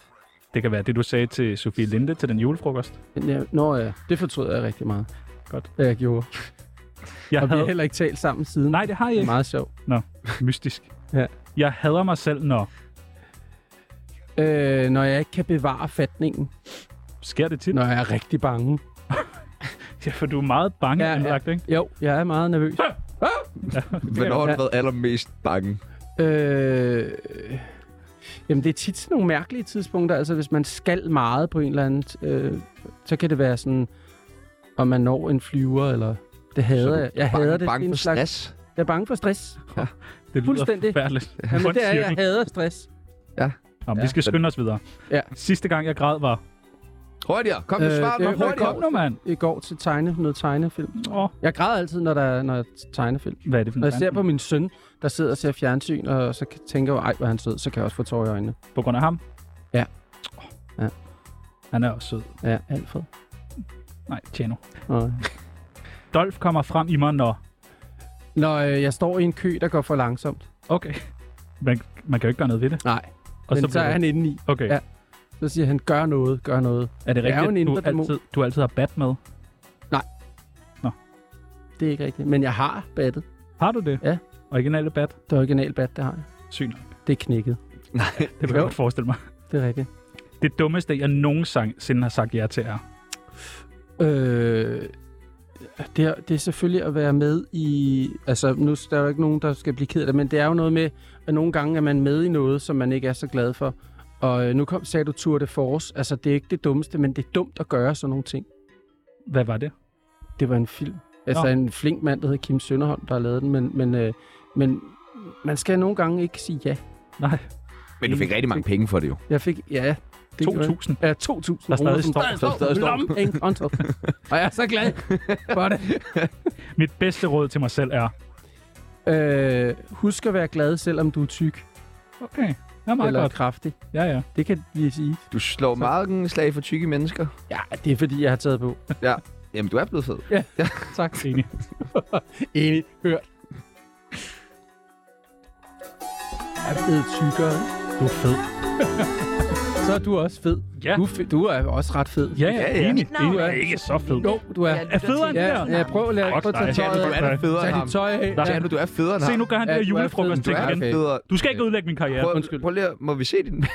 S4: Det kan være det, du sagde til Sofie Linde til den julefrokost.
S6: Men jeg, nå ja, det fortryder jeg rigtig meget.
S4: Godt.
S6: Hvad jeg gjorde.
S4: Jeg
S6: Og vi har
S4: havde...
S6: heller ikke talt sammen siden.
S4: Nej, det har jeg
S6: Det er
S4: ikke.
S6: meget sjovt.
S4: Mystisk.
S6: Ja.
S4: Jeg hader mig selv, når...
S6: Øh, når jeg ikke kan bevare fatningen.
S4: Sker det tit?
S6: Når jeg er rigtig bange.
S4: Ja, for du er meget bange
S6: Ja, ja.
S4: ja, anlagt, ikke?
S6: Jo, jeg er meget nervøs.
S1: Hvornår har
S6: Ja.
S1: du været allermest bange?
S6: øh, jamen, det er tit sådan nogle mærkelige tidspunkter. Altså, hvis man skal meget på en eller anden... Øh, så kan det være sådan, om man når en flyver, eller... Det
S1: Så
S6: hader
S1: du
S6: jeg. Jeg
S1: bange,
S6: hader det.
S1: Bange
S6: Det er en
S1: for
S6: slags-
S1: stress?
S6: Jeg er bange for stress.
S4: Det lyder
S6: Fuldstændig.
S4: forfærdeligt. Ja,
S6: Jamen, det er, jeg hader stress.
S4: Nå, men
S6: Ja.
S4: vi skal skynde os videre.
S6: Ja.
S4: Sidste gang, jeg græd, var...
S1: Hurtigere! Kom nu,
S6: Øh,
S1: svar
S6: det
S1: nu
S6: er-
S1: hurtigere!
S4: Kom nu, mand!
S6: I går til tegne, noget tegnefilm.
S4: Åh,
S6: Jeg græder altid, når der er når jeg tegnefilm.
S4: hvad er det for
S6: Når
S4: en
S6: jeg ser
S4: verden?
S6: på min søn, der sidder og ser fjernsyn, og så kan- tænker jeg, ej, hvor er han sød, så kan jeg også få tårer i øjnene.
S4: På grund af ham?
S6: Ja.
S4: Åh.
S6: Ja.
S4: Han er også sød.
S6: Ja, Alfred.
S4: Nej, Tjeno.
S6: Og...
S4: Dolf kommer frem i mig, når...
S6: Når øh, jeg står i en kø, der går for langsomt.
S4: Okay. Man, man kan jo ikke gøre noget ved det.
S6: Nej,
S4: Og
S6: men så, så er
S4: bliver
S6: han
S4: det-
S6: inde i.
S4: Okay.
S6: Ja. Så siger han, gør noget, gør noget.
S4: Er det
S6: Jeg er jo en
S4: rigtigt,
S6: indre
S4: at du
S6: dæmon.
S4: altid, du altid har bat med?
S6: Det er ikke rigtigt. Men jeg har battet.
S4: Har du det?
S6: Ja.
S4: Originale bat?
S6: Det original bat, det har jeg.
S4: Sygt.
S6: Det er knækket.
S4: Det kan jeg
S6: Jo.
S4: godt forestille mig.
S6: Det er rigtigt.
S4: Det dummeste, jeg nogensinde har sagt ja til, er...
S6: Øh, det, er, det er selvfølgelig at være med i... Altså, nu er der jo ikke nogen, der skal blive ked af det, men det er jo noget med, at nogle gange er man med i noget, som man ikke er så glad for. Og øh, nu kom, sagde du Tour de Force. Altså, det er ikke det dummeste, men det er dumt at gøre sådan nogle ting.
S4: Hvad var det?
S6: Det var en film. Altså,
S4: Nå.
S6: en flink mand, der hedder Kim Sønderholm, der har lavet den, men... men, øh, men man skal nogle gange ikke sige ja.
S4: Nej,
S1: Men du fik rigtig mange penge for det jo.
S6: Jeg fik, ja, det gjorde jeg.
S4: 2000.
S6: Ja, 2.000
S4: Der
S6: kroner,
S4: stadig
S6: som
S4: står-
S1: der stadig står.
S6: Blom, en konto. Og jeg er så glad for det.
S4: Mit bedste råd til mig selv er...
S6: Øh, husk at være glad, selvom du er tyk
S4: Okay, det er meget
S6: eller
S4: Eller... godt.
S6: kraftig.
S4: Ja, ja.
S6: Det kan vi sige.
S1: Du slår meget slag for tykke mennesker.
S6: Ja, det er fordi, jeg har taget på.
S1: Jamen, du er blevet fed.
S6: Tak.
S4: Enig.
S6: Enig. Hør. Jeg er blevet tykkere.
S4: Du er fed.
S6: så er du også fed.
S4: Ja.
S6: Du, er fe- du er også ret fed.
S4: Ja, ja,
S1: ja.
S4: enig.
S5: navn
S4: enig.
S5: er
S4: Jeg er ikke så fed.
S6: Jo, du er.
S5: Jeg lytter
S4: federe
S5: til
S4: end
S5: dit
S4: der?
S6: Ja, ja, prøv at lade
S4: Fuck
S6: prøv at
S4: dig.
S6: tage
S4: Ja,
S1: Janne,
S6: tøjet
S1: du
S6: af.
S1: er da federe end
S6: Tag
S1: ham.
S6: dit tøj af.
S4: Nej.
S1: Janne, du er federe end
S4: Se,
S1: ham.
S4: nu gør han det
S6: Ja,
S4: der
S6: du er
S4: julefrokost
S6: fed.
S4: ting
S6: Du er
S4: igen.
S6: fed.
S1: federe.
S4: Du skal ikke ødelægge min karriere.
S1: Prøv,
S6: undskyld.
S1: prøv lige, at- må vi se din...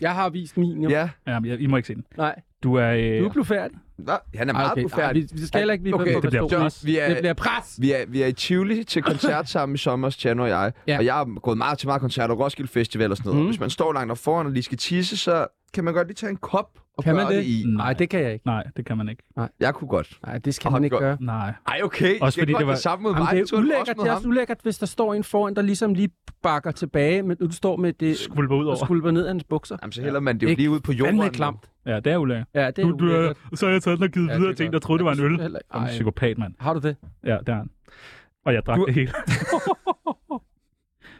S6: Jeg har vist min, jo.
S1: ja.
S4: Ja, men jeg- I må ikke se den.
S6: Nej,
S4: Du er... Øh,
S6: du er blufærdig.
S1: Nå, han er
S6: Ej,
S1: meget
S6: Ah, okay. Ej,
S1: ufærdig.
S6: vi, vi skal heller ikke blive
S1: Okay,
S6: okay,
S1: det
S6: på
S4: bliver
S6: personen.
S1: pres. Vi er-
S6: Det bliver pres.
S1: Vi er, vi er i Tivoli til koncert sammen i sommer, Chan og jeg.
S6: Ja.
S1: Ja. Og jeg har gået meget til meget koncerter, Roskilde Festival og sådan noget.
S6: Mm.
S1: Mm. Hvis man står langt op foran og lige skal tisse, så kan man godt lige tage en kop og
S6: Kan
S1: kan
S6: man
S1: gøre det?
S6: det?
S1: det i.
S6: Nej, det kan jeg ikke.
S4: nej, det kan man ikke.
S1: Jeg kunne godt.
S6: Nej, det skal
S1: Og
S6: man
S1: han
S6: ikke
S1: gør-
S6: gøre.
S4: Nej.
S1: Ej, okay.
S4: Også
S1: jeg
S4: fordi
S1: kan
S4: det
S1: godt
S4: var-
S1: det samme mod
S6: Jamen,
S1: mig.
S6: det
S1: så
S6: er
S1: også
S6: ulækkert.
S1: mod
S6: Det er
S1: ham.
S6: også ulækkert, hvis der står en foran, der ligesom lige bakker tilbage, men du står med det
S4: Skvulper ud
S6: og
S4: over.
S6: skulper ned af hans bukser.
S1: Jamen, så hælder man det jo
S6: Ikke
S1: lige ud på jorden.
S6: Fandme klamt.
S4: Ja, det er ulækkert.
S6: Ja, det er
S4: Du,
S6: du,
S4: du, er, så har jeg taget den og givet
S6: Ja,
S4: ja, videre
S6: det er
S4: til en, der
S6: godt.
S4: troede, det var en øl. Ej.
S6: Ej,
S4: Psykopat, mand.
S6: har du det?
S4: Ja, det er han. Og jeg drak
S1: Du-
S4: det hele.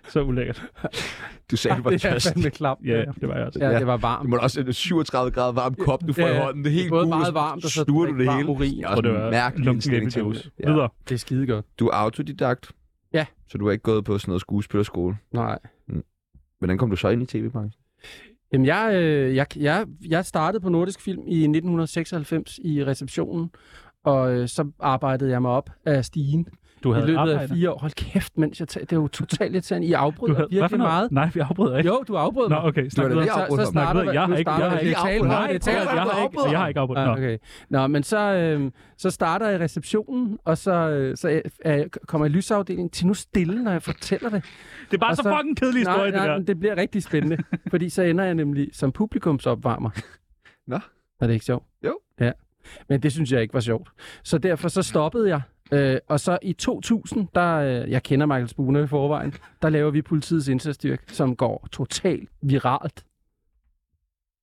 S4: så ulækkert.
S1: Du sagde, det var
S6: Det er
S1: tørst.
S6: fandme klamt.
S4: Ja, ja, det var jeg også.
S6: Ja,
S1: Ja.
S6: det var varmt.
S1: Det må da også en 37 grader varm kop, du får
S6: Ja,
S1: i
S6: ja.
S1: hånden. Det er
S6: Det
S1: helt
S6: er både
S1: gul,
S6: meget varmt, og så
S1: sluger du
S6: drikke
S1: det
S6: varm
S1: hele.
S6: urin.
S1: Det er
S4: Og
S1: også
S4: det
S1: en
S4: var
S1: mærkelig
S4: lunken
S1: indstilling til
S4: æblejuice.
S1: det. Ja.
S4: Videre.
S6: Det er skide godt.
S1: Du er autodidakt.
S6: Ja.
S1: Så du har ikke gået på sådan noget skuespillerskole.
S6: Nej.
S1: Hvordan kom du så ind i tv-branchen?
S6: Jamen, jeg, øh, jeg, jeg, jeg startede på Nordisk Film i 1996 i receptionen, og øh, så arbejdede jeg mig op af stigen
S4: Du havde
S6: i løbet af
S4: arbejde.
S6: fire år. Hold kæft, mens jeg tager, det er jo totalt irriterende. I
S4: Du
S6: afbryder
S4: havde, hvad for
S6: virkelig
S4: noget?
S6: meget.
S4: Nej, vi afbryder ikke.
S6: Jo, du afbrød
S4: Nå,
S6: mig.
S4: okay.
S1: var
S4: Snak
S1: det
S4: videre.
S1: der-
S6: Så,
S1: afbryder
S6: så
S1: mig.
S4: Snak
S6: starter
S4: videre. Jeg har
S6: nu
S4: ikke-
S6: starter
S4: jeg har
S6: det.
S4: ikke
S6: Det er tale-
S1: afbrudt
S6: Nej,
S1: dig.
S6: det er tale-
S1: Jeg har
S4: Jeg har
S1: afbryder
S4: ikke, jeg har ikke afbrudt.
S6: Ah,
S4: Nå.
S6: okay. Nå, men så, øh, så starter jeg i receptionen, og så, øh, så øh, kommer jeg i lysafdelingen til nu stille, når jeg fortæller det.
S4: Det er bare
S6: Og
S4: så
S6: så-
S4: fucking kedelig historie, det
S6: nej,
S4: der.
S6: men det bliver rigtig spændende, fordi så ender jeg nemlig som publikumsopvarmer.
S1: Nå.
S6: Er det ikke sjovt?
S1: Jo.
S6: Ja. Men det synes jeg ikke var sjovt. Så derfor så stoppede jeg. Øh, og så i 2000, der, øh, jeg kender Michael Spune i forvejen, der laver vi politiets indsatsstyrke, som går totalt viralt.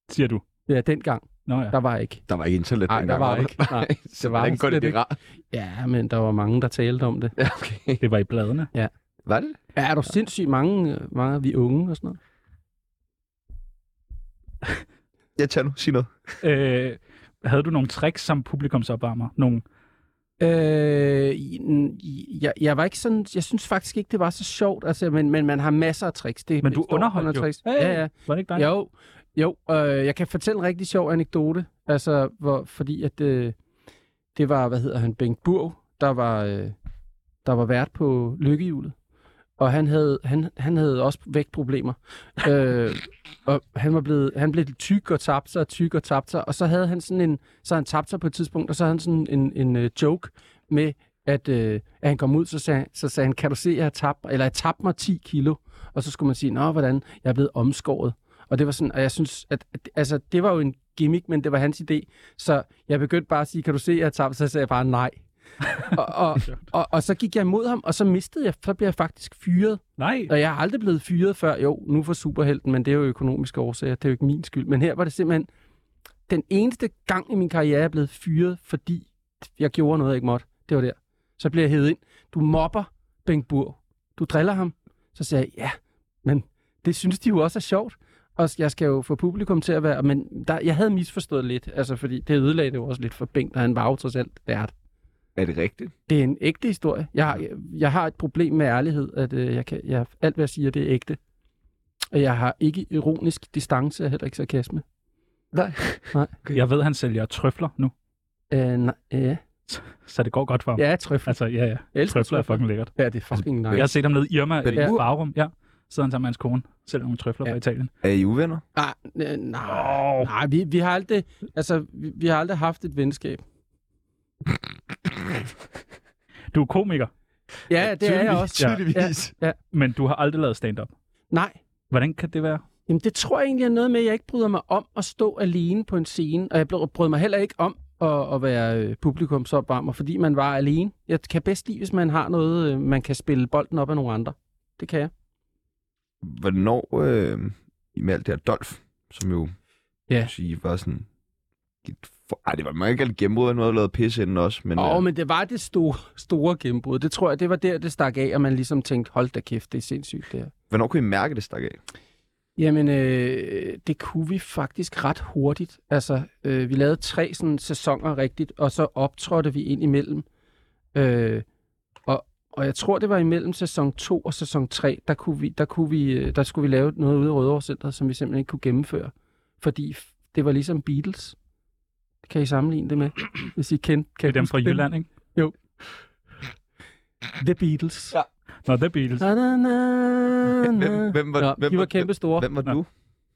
S4: Siger du.
S6: Ja, dengang,
S4: Nå ja.
S6: der var ikke.
S1: Der var ikke internet
S6: Nej, der
S1: dengang,
S6: var
S1: der?
S6: ikke. Nej,
S1: Så
S6: det var
S1: hvordan går det
S6: slet ikke.
S1: viralt?
S6: Ja, men der var mange, der talte om det.
S1: Ja, okay.
S4: Det var i bladene.
S1: Var det?
S6: Ja, er der sindssygt mange, øh, mange af vi unge og sådan noget?
S1: Jeg tager nu. Sig noget.
S4: Øh, havde du nogle tricks som publikumsopvarmer? Nogle...
S6: Øh, i- n- i- jeg, jeg, var ikke sådan, jeg synes faktisk ikke, det var så sjovt, altså, men, men man har masser af tricks. Det
S4: Men du
S6: består
S4: underholdt
S6: under
S4: jo.
S6: tricks.
S4: Hey.
S6: Ja, ja.
S4: Var det ikke dig?
S6: Jo, jo øh, jeg kan fortælle en rigtig sjov anekdote, altså, hvor, fordi at, øh, det var, hvad hedder han, Bengt Burg, der var, øh, der var vært på lykkehjulet. Og han havde, han, han havde også vægtproblemer. øh, og han var blevet, han blev tyk og tabte sig, og tyk og tabte sig, og så havde han sådan en, så havde han tabt sig på et tidspunkt, og så havde han sådan en, en øh, joke med, at, øh, at han kom ud, så sagde, så sagde han, kan du se, jeg har tabt, eller jeg tabte mig 10 kilo, og så skulle man sige, nå, hvordan, jeg er blevet omskåret. Og det var sådan, og jeg synes, at, at altså, det var jo en gimmick, men det var hans idé, så jeg begyndte bare at sige, kan du se, jeg har tabt, så sagde jeg bare nej. og, og, og, og, så gik jeg imod ham, og så mistede jeg, så blev jeg faktisk fyret.
S4: Nej.
S6: Og jeg har aldrig blevet fyret før. Jo, nu for superhelten, men det er jo økonomiske årsager. Det er jo ikke min skyld. Men her var det simpelthen den eneste gang i min karriere, jeg er blevet fyret, fordi jeg gjorde noget, jeg ikke måtte. Det var der. Så blev jeg hævet ind. Du mobber Bengt Burg. Du driller ham. Så sagde jeg, ja, men det synes de jo også er sjovt. Og jeg skal jo få publikum til at være... Men der, jeg havde misforstået lidt, altså, fordi det ødelagde det jo også lidt for Bengt, og han var jo trods alt vært.
S1: Er det rigtigt?
S6: Det er en ægte historie. Jeg har, jeg, jeg har et problem med ærlighed, at øh, jeg kan, jeg, alt hvad jeg siger, det er ægte. Og jeg har ikke ironisk distance og heller ikke sarkasme.
S1: Nej.
S4: Jeg ved, han sælger trøfler nu,
S6: Øh, nej, ja.
S4: så det går godt for ham.
S6: ja, trøffel.
S4: Altså, ja, ja.
S6: Jeg elsker
S4: Trøfler er
S6: trøffel.
S4: fucking lækkert.
S6: Ja, det er fucking
S4: Jeg
S6: nej.
S4: har set ham nede i Irma
S1: Men-
S4: i
S6: Ja.
S4: Farum. Ja. Sidder han sammen med hans kone. Sælger nogle trøfler
S6: Ja.
S4: fra Italien.
S1: Er I uvenner?
S6: Nej, øh, nej, nej vi, vi, har aldrig, altså, vi, vi har aldrig haft et venskab.
S4: Du er komiker,
S6: Ja, det er jeg
S1: Tydeligvis-
S6: også.
S1: Tydeligvis.
S4: men du har aldrig lavet stand-up.
S6: Nej,
S4: Hvordan kan det være?
S6: Jamen, det tror jeg egentlig er noget med, at jeg ikke bryder mig om at stå alene på en scene, og jeg bl- bryder mig heller ikke om at, at være øh, publikumsopvarmer, fordi man var alene. Jeg kan bedst lide, hvis man har noget, øh, man kan spille bolden op af nogle andre. Det kan jeg.
S1: Hvornår, øh, i med alt det her Dolf, som jo
S6: Ja.
S1: ja. sige, var sådan... et For... Ej, det var man ikke alt gennembrud, nu havde lavet pisse inden også, men... øh,
S6: Åh, men det var det store, store gennembrud. Det tror jeg, det var der, det stak af, og man ligesom tænkte, hold da kæft, det er sindssygt det her.
S1: Hvornår kunne I mærke, det stak af?
S6: Jamen, øh, det kunne vi faktisk ret hurtigt. Altså, øh, vi lavede tre sådan, sæsoner rigtigt, og så optrådte vi ind imellem. Øh, og, og jeg tror, det var imellem sæson 2 og sæson 3, der, kunne vi, der, kunne vi, øh, der skulle vi lave noget ude i Rødovre Center, som vi simpelthen ikke kunne gennemføre. Fordi f- det var ligesom Beatles. Det kan I sammenligne det med, hvis I kendte.
S4: Det
S6: Kan
S4: er dem
S6: huske
S4: fra Jylland, ikke?
S6: The Beatles. Ja.
S4: Nå, det er Beatles.
S6: Na, na, na, na.
S1: Hvem, hvem var,
S6: Nå,
S1: hvem
S6: de Øh, var
S1: var,
S6: kæmpe store.
S1: Hvem var
S4: Nå.
S1: du?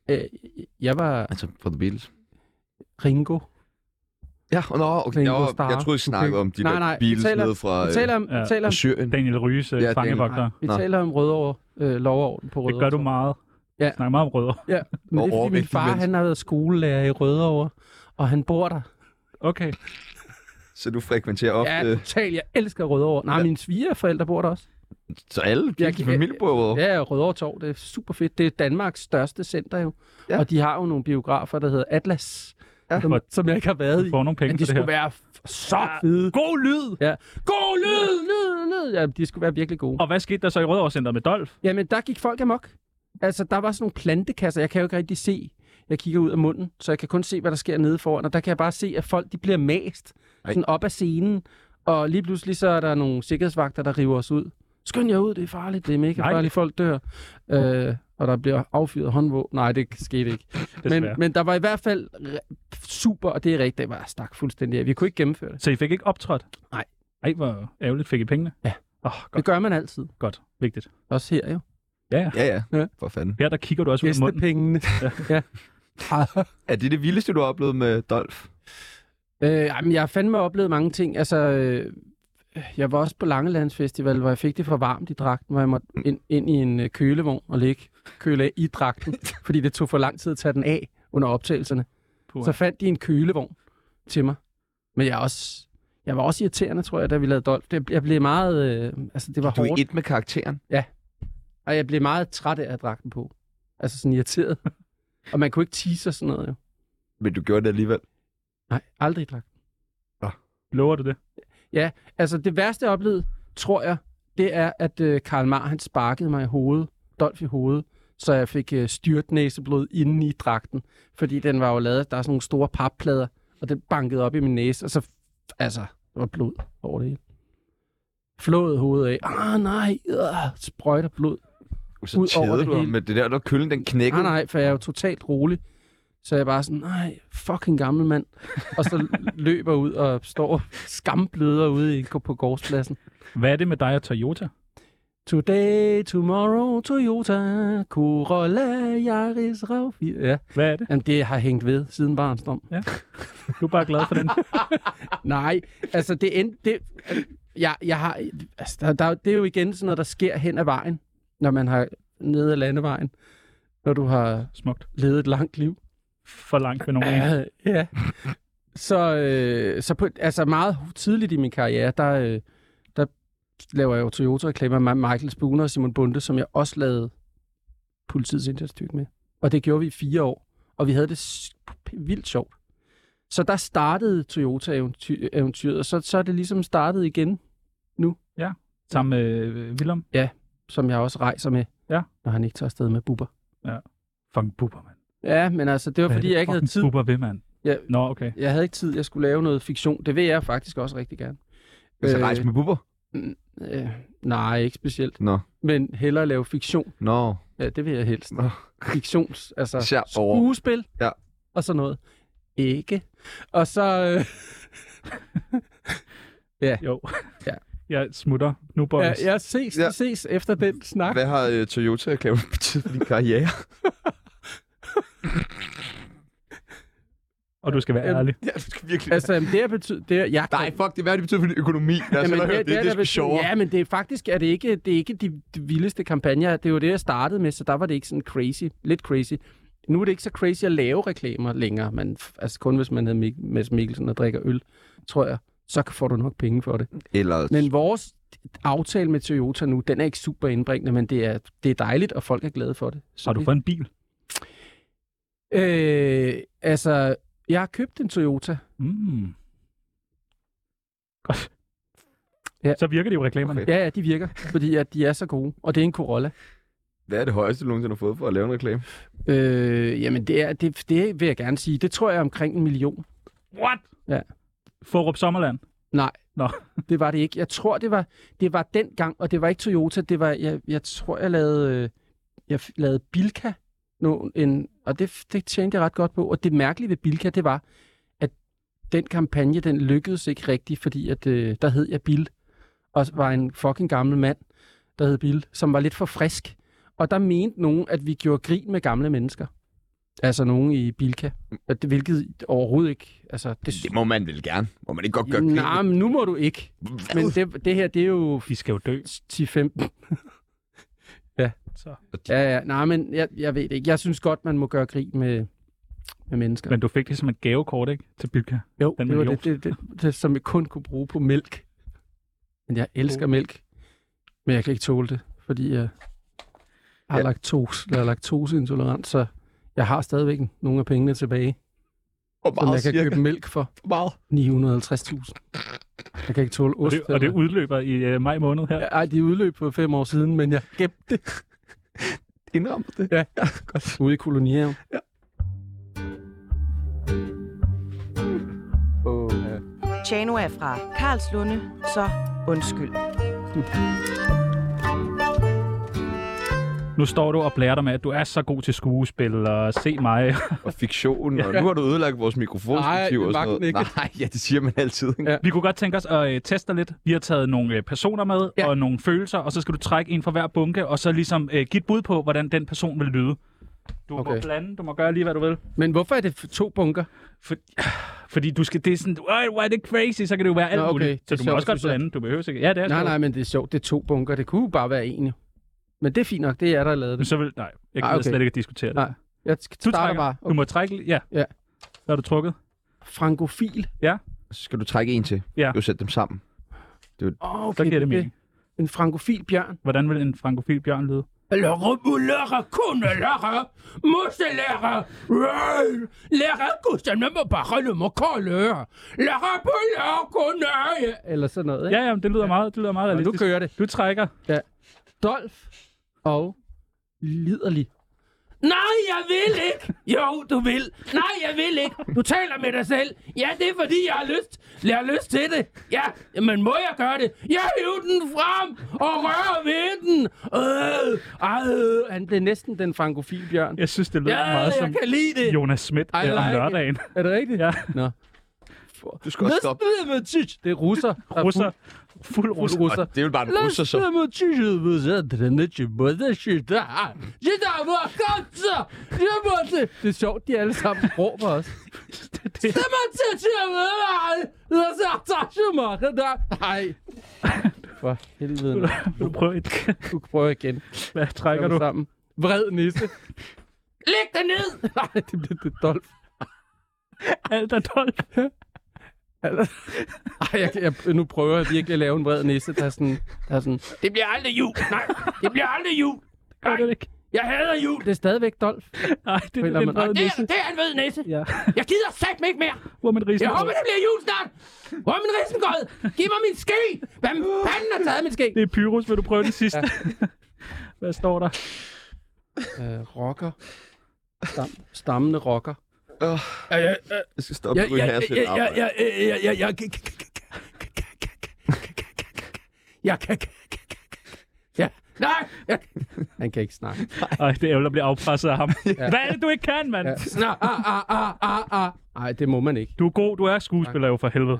S6: Øh, jeg var
S1: Altså, fra The Beatles.
S6: Ringo.
S1: Ja, nå, okay. Jeg,
S6: Ringo
S1: var,
S6: Starr.
S1: jeg troede, I snakkede om de
S6: Nej,
S1: der
S6: nej, vi
S1: Beatles
S6: taler-
S1: nede fra
S6: Vi
S1: øh,
S6: taler om,
S4: ja.
S6: ja. taler om,
S1: Syrien.
S4: Daniel Ryges
S1: Ja,
S4: ja,
S1: Daniel.
S4: fangevogter.
S6: vi
S1: Nå.
S6: taler om Rødovre, øh, lovorden på Rødovre.
S4: Det gør du meget.
S6: Ja.
S4: Ja. Snak meget om rødder.
S6: Ja, men
S1: Og
S6: det er fordi min
S1: overvægtige
S6: far,
S1: mennesker.
S6: han har været skolelærer i Rødovre, og han bor der.
S4: Okay.
S1: Så du frekventerer øh, ofte...
S6: Ja, totalt. Jeg elsker Rødovre. Nej, mine svigerforældre bor der også.
S1: Så alle
S6: Jeg
S1: din
S6: kan-
S1: familie bor jo-
S6: Ja, Rødovre Torv, det er super fedt. Det er Danmarks største center jo.
S1: Ja.
S6: Ja. Og de har jo nogle biografer, der hedder Atlas,
S1: Ja.
S6: ja. som, som jeg ikke har været
S4: Du
S6: i.
S4: får nogle penge
S6: Men
S4: for
S6: de
S4: det her.
S6: skulle være f- så fede.
S4: God lyd!
S6: Ja. God lyd, lyd, lyd. Ja, de skulle være virkelig gode.
S4: Og hvad skete der så i Rødovre Center med Dolf?
S6: Jamen, der gik folk amok. Altså, der var sådan nogle plantekasser, jeg kan jo ikke rigtig se. Jeg kigger ud af munden, så jeg kan kun se, hvad der sker nede foran. Og der kan jeg bare se, at folk de bliver mast
S1: Ej.
S6: sådan op af scenen. Og lige pludselig så er der nogle sikkerhedsvagter, der river os ud. Skynd jer ud, det er farligt, det er mega
S4: Nej.
S6: farligt, folk dør. Øh, og der bliver affyret håndvåben. Nej, det skete ikke. men,
S4: Desværre.
S6: men der var i hvert fald re- super, og det er rigtigt, det var stak fuldstændig af. Vi kunne ikke gennemføre det.
S4: Så I fik ikke optrådt?
S6: Nej.
S4: Ej, hvor ærgerligt. Fik I pengene?
S6: Ja.
S4: Åh, oh,
S6: Det
S4: godt,
S6: gør man altid.
S4: godt. Vigtigt.
S6: Også her jo.
S4: Ja, ja.
S1: Ja, ja,
S6: Ja.
S1: For fanden.
S4: Her der kigger du også ud af munden.
S6: Gæstepengene. ja. ja.
S1: Er det det vildeste, du har oplevet med Dolf?
S6: Øh, ej, men jeg har fandme oplevet mange ting. Altså, øh, jeg var også på Langelands Festival, hvor jeg fik det for varmt i dragten, hvor jeg måtte ind, ind i en øh, kølevogn og ligge køle af i dragten, fordi det tog for lang tid at tage den af under optagelserne.
S4: Puha.
S6: Så fandt de en kølevogn til mig. Men jeg er også... Jeg var også irriterende, tror jeg, da vi lavede Dolph. Det, jeg blev meget... Øh, altså, det var
S1: Du er
S6: hårdt.
S1: et med karakteren.
S6: Og jeg blev meget træt af at have dragten på. Altså sådan irriteret. og man kunne ikke tease og sådan noget, jo.
S1: Men du gjorde det alligevel.
S6: Nej, aldrig i dragten.
S4: Lover du det?
S6: Altså, det værste, jeg oplevede, tror jeg, det er, at øh, Karl Mar, han sparkede mig i hovedet, Dolf i hovedet, så jeg fik øh, styrt næseblod inde i dragten, fordi den var jo lavet, der er sådan nogle store papplader, og den bankede op i min næse, og så, f- altså, der var blod over det hele. Flået hovedet af, ah nej, øh, sprøjter blod.
S1: Så
S6: Ud over
S1: tædede
S6: det
S1: du ham
S6: hele.
S1: med det der, der køllen, den knækkede.
S6: Nej, nej, for jeg er jo totalt rolig. Så jeg er bare sådan, nej, fucking gammel mand. Og så løber ud og står skambløder ude i, på gårdspladsen.
S4: Hvad er det med dig og Toyota?
S6: Today, tomorrow, Toyota, Corolla, Yaris, RAV4. Ja,
S4: Hvad er det?
S6: Jamen, det har hængt ved siden barnsdom.
S4: Du er bare glad for den.
S6: Nej, altså det end, det, jeg, jeg har, altså, der, der, det er jo igen sådan noget, der sker hen ad vejen, når man har nede ad landevejen, når du har
S4: Smukt.
S6: levet et langt liv.
S4: For langt med nogen. Ja.
S6: Ja, ja. Så, øh, så på, altså meget tidligt i min karriere, der, øh, der laver jeg jo Toyota-reklamer med Michael Spooner og Simon Bunde, som jeg også lavede politiets indsatsstyrke med. Og det gjorde vi i fire år, og vi havde det s- vildt sjovt. Så der startede Toyota-eventyret, og så, så er det ligesom startet igen,
S4: Sammen med øh, Willem.
S6: som jeg også rejser med,
S4: Ja.
S6: når han ikke tager afsted med buber.
S4: Fucking buber, mand.
S6: Ja, men altså, det var
S4: Hvad er
S6: fordi,
S4: det
S6: jeg ikke havde
S4: fucking
S6: tid.
S4: Buber ved, mand.
S6: Ja.
S4: Nå, okay.
S6: Jeg havde ikke tid, jeg skulle lave noget fiktion. Det vil jeg faktisk også rigtig gerne.
S1: Altså, rejse med bubber?
S6: Øh, nej, ikke specielt.
S1: Nå.
S6: Men hellere lave fiktion.
S1: Nå.
S6: Ja, det vil jeg helst.
S1: Nå.
S6: Fiktions, altså
S1: Især over-
S6: skuespil
S1: Ja.
S6: og sådan noget. Ikke. Og så... Øh,
S4: Jo.
S6: Ja.
S4: Jeg smutter. Nu, boys.
S6: ja, jeg ses,
S1: Ja.
S6: ja. ses efter den snak.
S1: Hvad har øh, Toyota-reklamen betydet for din karriere?
S4: Og du skal være
S6: Ja.
S4: ærlig.
S1: ja, det skal virkelig...
S6: Altså, jamen, det har betydet... Det er, jeg
S1: Nej, fuck, det er hvad det betyder for din økonomi. Lad os hellere høre det, det, det, det,
S6: har
S1: det,
S6: betydet- Ja, men det er faktisk er det ikke, det er ikke de, de vildeste kampagner. Det var det, jeg startede med, så der var det ikke sådan crazy. Lidt crazy. Nu er det ikke så crazy at lave reklamer længere. Man, f- altså kun hvis man hedder Mik- Mads Mikkelsen og drikker øl, tror jeg, så får du nok penge for det.
S1: Eller...
S6: Men vores aftale med Toyota nu, den er ikke super indbringende, men det er, det er dejligt, og folk er glade for det. Så
S4: Har du
S6: det-
S4: fået en bil?
S6: Øh, altså, jeg har købt en Toyota.
S4: Mm. Godt.
S6: Ja.
S4: Ja. Så virker det jo reklamerne.
S1: Okay.
S4: Okay.
S6: Ja, ja, de virker, fordi at de er så gode. Og det er en Corolla.
S1: Hvad er det højeste, du nogensinde har fået for at lave en reklame?
S6: Øh, jamen, det, er, det, det vil jeg gerne sige. Det tror jeg er omkring en million.
S4: What?
S6: Ja.
S4: Forup Sommerland.
S6: Nej,
S4: Nå.
S6: det var det ikke. Jeg tror, det var, det var den gang, og det var ikke Toyota. Det var, jeg, jeg tror, jeg lavede, øh, jeg f- lavede Bilka no, en, og det, det tjente jeg ret godt på. Og det mærkelige ved Bilka, det var, at den kampagne, den lykkedes ikke rigtigt, fordi at, øh, der hed jeg Bill, og var en fucking gammel mand, der hed Bill, som var lidt for frisk. Og der mente nogen, at vi gjorde grin med gamle mennesker. Altså nogen i Bilka. At det- Hvilket overhovedet ikke... Altså, det,
S1: Det må man vel gerne. Må man ikke godt gøre grin?
S6: Nej, men nu må du ikke.
S1: Hvad?
S6: Men det, det her, det er jo
S4: De skal jo dø.
S6: 10-15. ja.
S4: Så.
S6: Ja, ja. Nej, men jeg, jeg ved det ikke. Jeg synes godt, man må gøre grin med, med mennesker.
S4: Men du fik det som et gavekort, ikke? Til Bilka.
S6: jo,
S4: den
S6: det var
S4: million.
S6: det, det, det, det, som jeg kun kunne bruge på mælk. Men jeg
S4: Oh.
S6: elsker mælk. Men jeg kan ikke tåle det, fordi jeg
S1: Ja.
S6: har ja. laktose, eller laktoseintolerant, så jeg har stadigvæk nogle af pengene tilbage,
S1: Hvor
S6: som
S1: meget
S6: jeg kan
S1: cirka?
S6: købe mælk for
S1: Hvor meget?
S6: 950.000. Jeg kan ikke tåle
S4: Og
S6: ost.
S4: det, og det udløber i øh, maj måned her. Ja.
S6: Ej, de udløb på fem år siden, men jeg gemte det.
S1: Indrammer det.
S6: Ja, godt. Ude i kolonihaven. Ja. Oh, ja.
S5: Tjano er fra Karlslunde, så undskyld.
S4: Nu står du og blærer dig med, at du er så god til skuespil, og se mig.
S1: Og fiktion, og nu har du ødelagt vores mikrofonstativ
S6: Nej,
S1: og sådan noget.
S6: magten ikke.
S1: Nej, ja, det siger man altid. Ikke?
S6: Ja.
S4: Vi kunne godt tænke os at øh, teste dig lidt. Vi har taget nogle øh, personer med, ja.
S6: Ja.
S4: og nogle følelser, og så skal du trække en fra hver bunke, og så ligesom øh, give et bud på, hvordan den person vil lyde. Du okay. må
S6: Okay.
S4: blande, du må gøre lige, hvad du vil.
S6: Men hvorfor er det f- to bunker?
S4: For, fordi du skal, det er sådan, "Ej, hvor er det crazy, så kan det jo være alt
S6: Nå, okay.
S4: muligt.
S6: Det
S4: Så
S6: er
S4: du må
S6: sjovt,
S4: også godt
S6: synes jeg.
S4: blande, du behøver ikke. Ja, det er
S6: Nej,
S4: sjovt.
S6: nej, men det er sjovt. Det er to bunker. Det kunne jo bare være en, jo. Men det er fint nok. Det er jer, der har lavet
S4: Men
S6: det.
S4: så vil, nej, jeg
S6: Ej,
S4: kan okay.
S6: Ah, okay.
S4: slet ikke at diskutere det.
S6: Nej. Jeg sk-
S4: Du
S6: starter
S4: trækker.
S6: bare.
S4: Du må trække, li- ja.
S6: Ja.
S4: Så er du trukket.
S6: Frankofil.
S1: Så skal du trække en til.
S4: Ja.
S1: Du sætter dem sammen.
S6: Oh, okay,
S4: Så giver det
S6: okay.
S4: mening.
S6: En frankofil bjørn.
S4: Hvordan vil en frankofil bjørn lyde?
S6: Lærer, ulærer, kunne lærer, måste lærer, øh, lærer, gudstændig med bare nummer kolde, lærer, øh. bulærer, kunne Eller sådan noget, ikke?
S4: Ja, ja, men det lyder meget, det lyder meget
S6: Og du
S4: realistisk.
S6: kører det.
S4: Du trækker.
S6: Dolf og liderlig. Nej, jeg vil ikke! Jo, du vil. Nej, jeg vil ikke. Du taler med dig selv. Ja, det er fordi, jeg har lyst, jeg har lyst til det. Ja, men må jeg gøre det? Jeg hiver den frem og rører ved den. Øh, øh. Han blev næsten den frankofilbjørn.
S4: Jeg synes, det lyder
S6: Ja,
S4: meget som
S6: jeg kan lide det.
S4: Jonas Schmidt
S6: Ej,
S4: øh, om
S6: nej, ikke.
S4: lørdagen.
S6: Er det rigtigt?
S4: Ja.
S6: Nå.
S1: Du skal også stoppe.
S6: Det er russer. Der er
S4: Russer. Fuld
S6: fuld-
S4: russer.
S6: fuld russer.
S1: Det er jo bare en russer, så...
S6: Det er sjovt, de alle sammen råber os.
S4: Det,
S6: Nej. For helvede. mand.
S4: du prøver et.
S6: Du kan prøve igen.
S4: Hvad trækker
S6: Gør
S4: du?
S6: du sammen. Vred nisse. Læg dig ned! Nej, det bliver det dolf.
S4: Alt er tolv.
S6: Ej, jeg, jeg, nu prøver jeg virkelig at lave en vred nisse, der er sådan, der er sådan, det bliver aldrig jul. Nej, det bliver aldrig jul.
S4: Gør det ikke?
S6: Jeg hader jul. Det er stadigvæk Dolf.
S4: Nej, det
S6: På en
S4: er
S6: eller
S4: den
S6: anden måde.
S4: røde
S6: Det er-
S4: nisse.
S3: Det er en ved næse.
S4: Ja.
S3: Jeg gider satme ikke mere.
S4: Hvor man riser.
S3: Jeg håber, det bliver jul snart. Hvor er min risengård? Giv mig min ske. Hvem fanden har taget min ske?
S4: Det er Pyrus. Vil du prøve det sidste? Hvad står der?
S6: Øh, rocker. Stam, stammende rocker.
S1: Jeg skal stoppe. Du ikke selv arbejde.
S3: jeg, jeg, jeg, jeg, jeg kan... Ja. Nej, jeg
S6: Han kan ikke snakke.
S4: Ej, det er ærgerligt at blive afpresset af ham. Hvad er det, du ikke kan, mand?
S6: Ja.
S3: Snak. Ah, ah, ah, ah, ah.
S6: Nej, det må man ikke.
S4: Du er god. Du er skuespiller jo for helvede.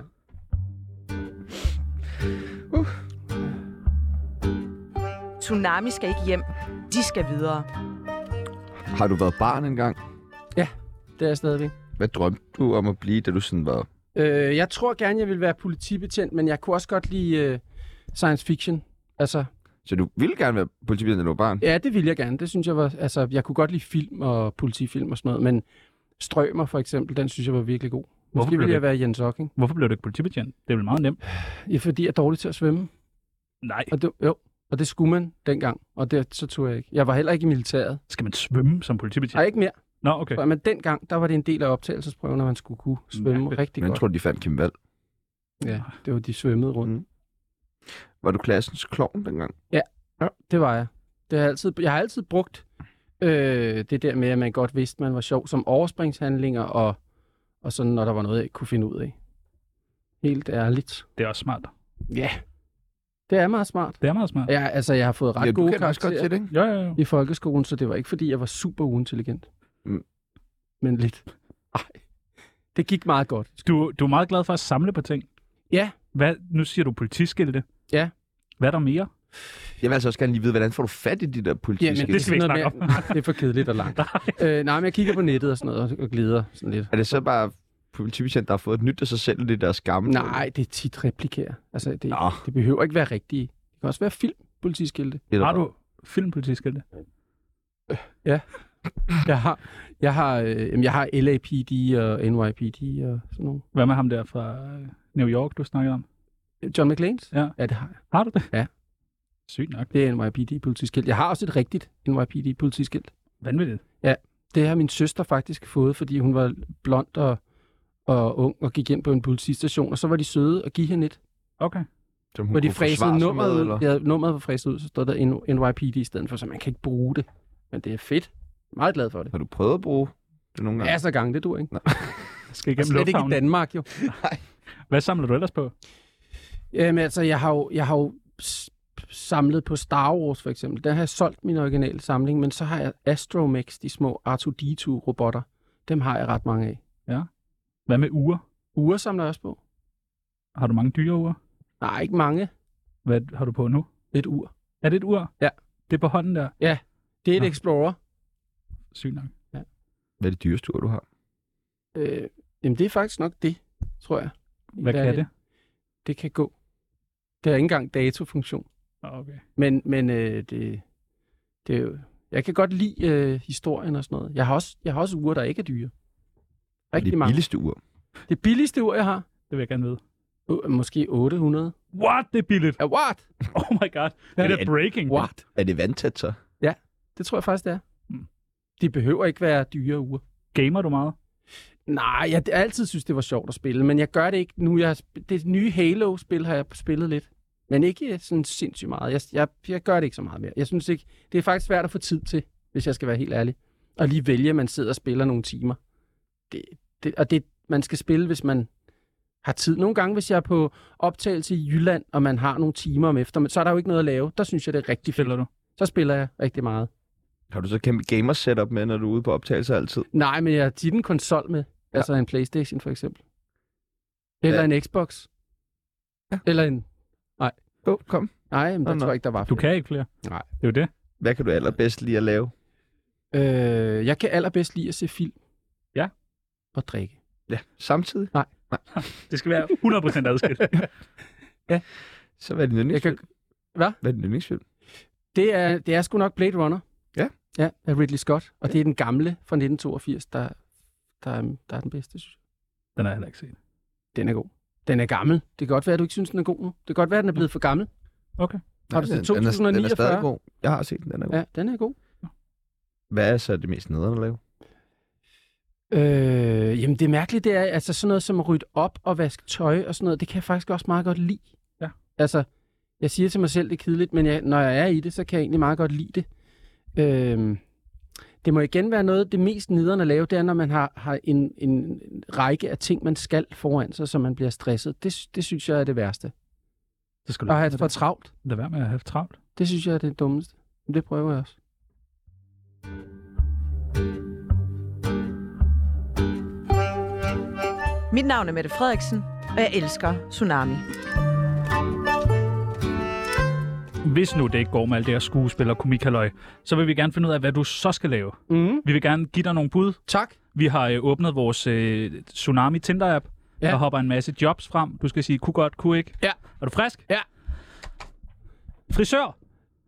S5: Tsunami skal ikke hjem. De skal videre.
S1: Har du været barn engang?
S6: Det er jeg stadigvæk.
S1: Hvad drømte du om at blive, da du sådan var...
S6: Øh, jeg tror gerne, jeg ville være politibetjent, men jeg kunne også godt lide øh, science fiction. Altså,
S1: Så du ville gerne være politibetjent, da du var barn?
S6: ja, det ville jeg gerne. Det synes jeg var, altså, jeg kunne godt lide film og politifilm og sådan noget, men Strømer for eksempel, den synes jeg var virkelig god.
S4: Hvorfor
S6: Måske
S4: blev
S6: ville
S4: det-
S6: jeg være Jens Hocking.
S4: Hvorfor blev du ikke politibetjent? Det er vel meget nemt.
S6: Ja, fordi jeg er dårlig til at svømme.
S4: Nej.
S6: Og det, jo, og det skulle man dengang, og det så tog jeg ikke. Jeg var heller ikke i militæret.
S4: Skal man svømme som politibetjent?
S6: Nej, ikke mere.
S4: Nå, okay.
S6: Men dengang, der var det en del af optagelsesprøven, at man skulle kunne svømme
S4: Mærkeligt.
S6: rigtig
S1: Men
S6: godt.
S1: tror du, de fandt Kim Wall?
S6: Ja, det var de svømmede rundt.
S1: Mm. Var du klassens klovn dengang?
S6: Ja, det var jeg. Det har jeg, altid, jeg har altid brugt øh, det der med, at man godt vidste, man var sjov, som overspringshandlinger, og, og sådan, når der var noget, jeg ikke kunne finde ud af. Helt ærligt.
S4: Det er også smart.
S6: Ja, Det er meget smart.
S4: Det er meget smart.
S6: Ja, altså, jeg har fået ret
S1: Ja, du
S6: gode
S1: kender også godt
S6: karakterer
S1: til det, ikke?
S4: Jo, jo, jo.
S6: i folkeskolen, så det var ikke, fordi jeg var super uintelligent.
S1: Mm.
S6: Men lidt. Ej. Det gik meget godt.
S4: Du, du er meget glad for at samle på ting.
S6: Ja.
S4: Hvad, nu siger du politiskilte.
S6: Ja.
S4: Hvad er der mere?
S1: Jeg vil altså også gerne lige vide, hvordan får du fat i de der politiske...
S4: det skal vi ikke
S6: sådan noget med- Nej, det er for kedeligt og langt. øh, nej, men jeg kigger på nettet og sådan noget og glider sådan lidt.
S1: Er det så bare politibetjent, der har fået et nyt af sig selv, det der skamme?
S6: Nej, det er tit replikere. Altså, det,
S1: Nå.
S6: det behøver ikke være rigtige. Det kan også være film, politiskilte.
S1: Eller
S4: Har du filmpolitiskilte?
S6: Jeg har, jeg har, øh, jamen, jeg har LAPD og NYPD og sådan nogle.
S4: Hvad med ham der fra øh, New York, du snakkede om?
S6: John McLeans?
S4: Ja.
S6: ja, det har jeg.
S4: Har du det?
S6: Ja.
S4: Sygt nok.
S6: Det er NYPD-politiskilt. Jeg har også et rigtigt NYPD-politiskilt.
S4: Vanvittigt.
S6: Det har min søster faktisk fået, fordi hun var blond og, og ung og gik ind på en politistation, og så var de søde og give hende et,
S4: Okay.
S1: som hun
S6: hvor de
S1: kunne forsvare sig
S6: fræsede nummeret
S1: med,
S6: ud.
S1: eller?
S6: Ja, nummeret var fræset ud, så stod der N- NYPD i stedet for, så man kan ikke bruge det. Men det er fedt. Jeg er meget glad for det.
S1: Har du prøvet at bruge det nogle gange?
S6: Ja, så gang, det dur ikke.
S4: Jeg skal
S6: Og
S4: igennem
S6: slet ikke i
S4: lufthavnen.
S6: Danmark, jo.
S4: Hvad samler du ellers på?
S6: Jamen altså, jeg har jo, jeg har jo s- samlet på Star Wars for eksempel. Der har jeg solgt min originale samling, men så har jeg Astromex, de små R2-D2-robotter. Dem har jeg ret mange af.
S4: Hvad med uger?
S6: Ure samler jeg også på.
S4: Har du mange dyre uger?
S6: Nej, ikke mange.
S4: Hvad har du på nu?
S6: Et ur.
S4: Er det et ur?
S6: Ja.
S4: Det er på hånden der.
S6: Det er et
S4: Nå.
S6: Explorer.
S4: Sygt nok.
S1: Hvad er det dyreste ur, du har?
S6: Øh, jamen, det er faktisk nok det, tror jeg.
S4: Hvad
S6: Der-
S4: kan det?
S6: Det kan gå. Det har ikke engang datofunktion.
S4: Nå, Okay.
S6: Men, men øh, det, det er jo... Jeg kan godt lide øh, historien og sådan noget. Jeg har også, jeg har også ure, der ikke er
S1: Hvad
S6: dyre.
S1: er
S6: Rigtig
S1: det
S6: mange.
S1: billigste ur?
S6: Det billigste ur, jeg har,
S4: Det vil jeg gerne vide.
S6: uh, måske 800.
S4: What? Det er billigt.
S6: Ja, what?
S4: Oh my god. Det er
S1: det-
S4: da breaking.
S6: What?
S1: Er det vandtæt så?
S6: Det tror jeg faktisk, det er.
S4: Mm.
S6: De behøver ikke være dyre uger.
S4: Gamer du meget?
S6: Nej, jeg har altid synes det var sjovt at spille, men jeg gør det ikke nu. Jeg har, sp- det nye Halo-spil har jeg spillet lidt, men ikke øh, sådan sindssygt meget. Jeg, jeg, jeg gør det ikke så meget mere. Jeg synes ikke, det er faktisk svært at få tid til, hvis jeg skal være helt ærlig. Og lige vælge, at man sidder og spiller nogle timer. Det, det, og det, man skal spille, hvis man har tid. Nogle gange, hvis jeg er på optagelse i Jylland, og man har nogle timer om efter, men så er der jo ikke noget at lave. Der synes jeg, det er rigtig fedt.
S4: Spiller du?
S6: Så spiller jeg rigtig meget.
S1: Har du så kæmpe gamer setup med, når du er ude på optagelser altid?
S6: Nej, men jeg har tit en konsol med. Ja. Altså en Playstation for eksempel. Eller
S1: Ja.
S6: en Xbox. Ja. Eller en...
S1: Åh, oh, kom.
S6: Nej, men der
S1: Nå, nå.
S6: tror jeg ikke, der var
S4: Du
S6: flere.
S4: kan ikke flere.
S6: Nej.
S4: Det er jo det.
S1: Hvad kan du allerbedst lide at lave?
S6: Øh, jeg kan allerbedst lide at se film.
S4: Ja.
S6: Og drikke.
S1: Ja, samtidig.
S4: Det skal være 100% adskilt.
S1: Så hvad er din
S6: Jeg
S1: yndlingsfilm?
S6: kan,
S1: Kan... Hvad er din yndlingsfilm?
S6: det, er, det er sgu nok Blade Runner.
S1: Ja.
S6: Ja, af Ridley Scott. Og det er den gamle fra 1982, der, der, er, der er den bedste, synes jeg.
S4: Den har jeg heller ikke set.
S6: Den er god. Den er gammel. Det kan godt være, at du ikke synes, den er god nu. Det kan godt være, at den er blevet for gammel. Har du
S1: Nej,
S6: set
S1: den- den er- Den er stadig
S6: 2049?
S1: god. Jeg har set den, den er god. Ja.
S6: Ja, den er god.
S1: Hvad er så det mest nederen at lave?
S6: Øh, jamen det mærkelige, det er altså sådan noget som at rydde op og vaske tøj og sådan noget, det kan jeg faktisk også meget godt lide.
S4: Ja.
S6: Altså, jeg siger til mig selv, det er kedeligt, men jeg, når jeg er i det, så kan jeg egentlig meget godt lide det. Øh, det må igen være noget, det mest nederen at lave, det er, når man har, har en, en række af ting, man skal foran sig, så man bliver stresset. Det, det synes jeg er det værste.
S4: Så skal du
S6: Og have for travlt,
S4: lade være med at have travlt.
S6: det synes jeg er det dummeste. Men det prøver jeg også.
S5: Mit navn er Mette Frederiksen, og jeg elsker Tsunami.
S4: Hvis nu det ikke går med alt det her skuespil og komikaløj, så vil vi gerne finde ud af, hvad du så skal lave.
S6: Mm.
S4: Vi vil gerne give dig nogle bud.
S6: Tak.
S4: Vi har øh, åbnet vores øh, Tsunami Tinder-app. Ja.
S6: Ja.
S4: Der hopper en masse jobs frem. Du skal sige, kunne godt, kunne ikke.
S6: Ja.
S4: Er du frisk?
S6: Ja.
S4: Frisør?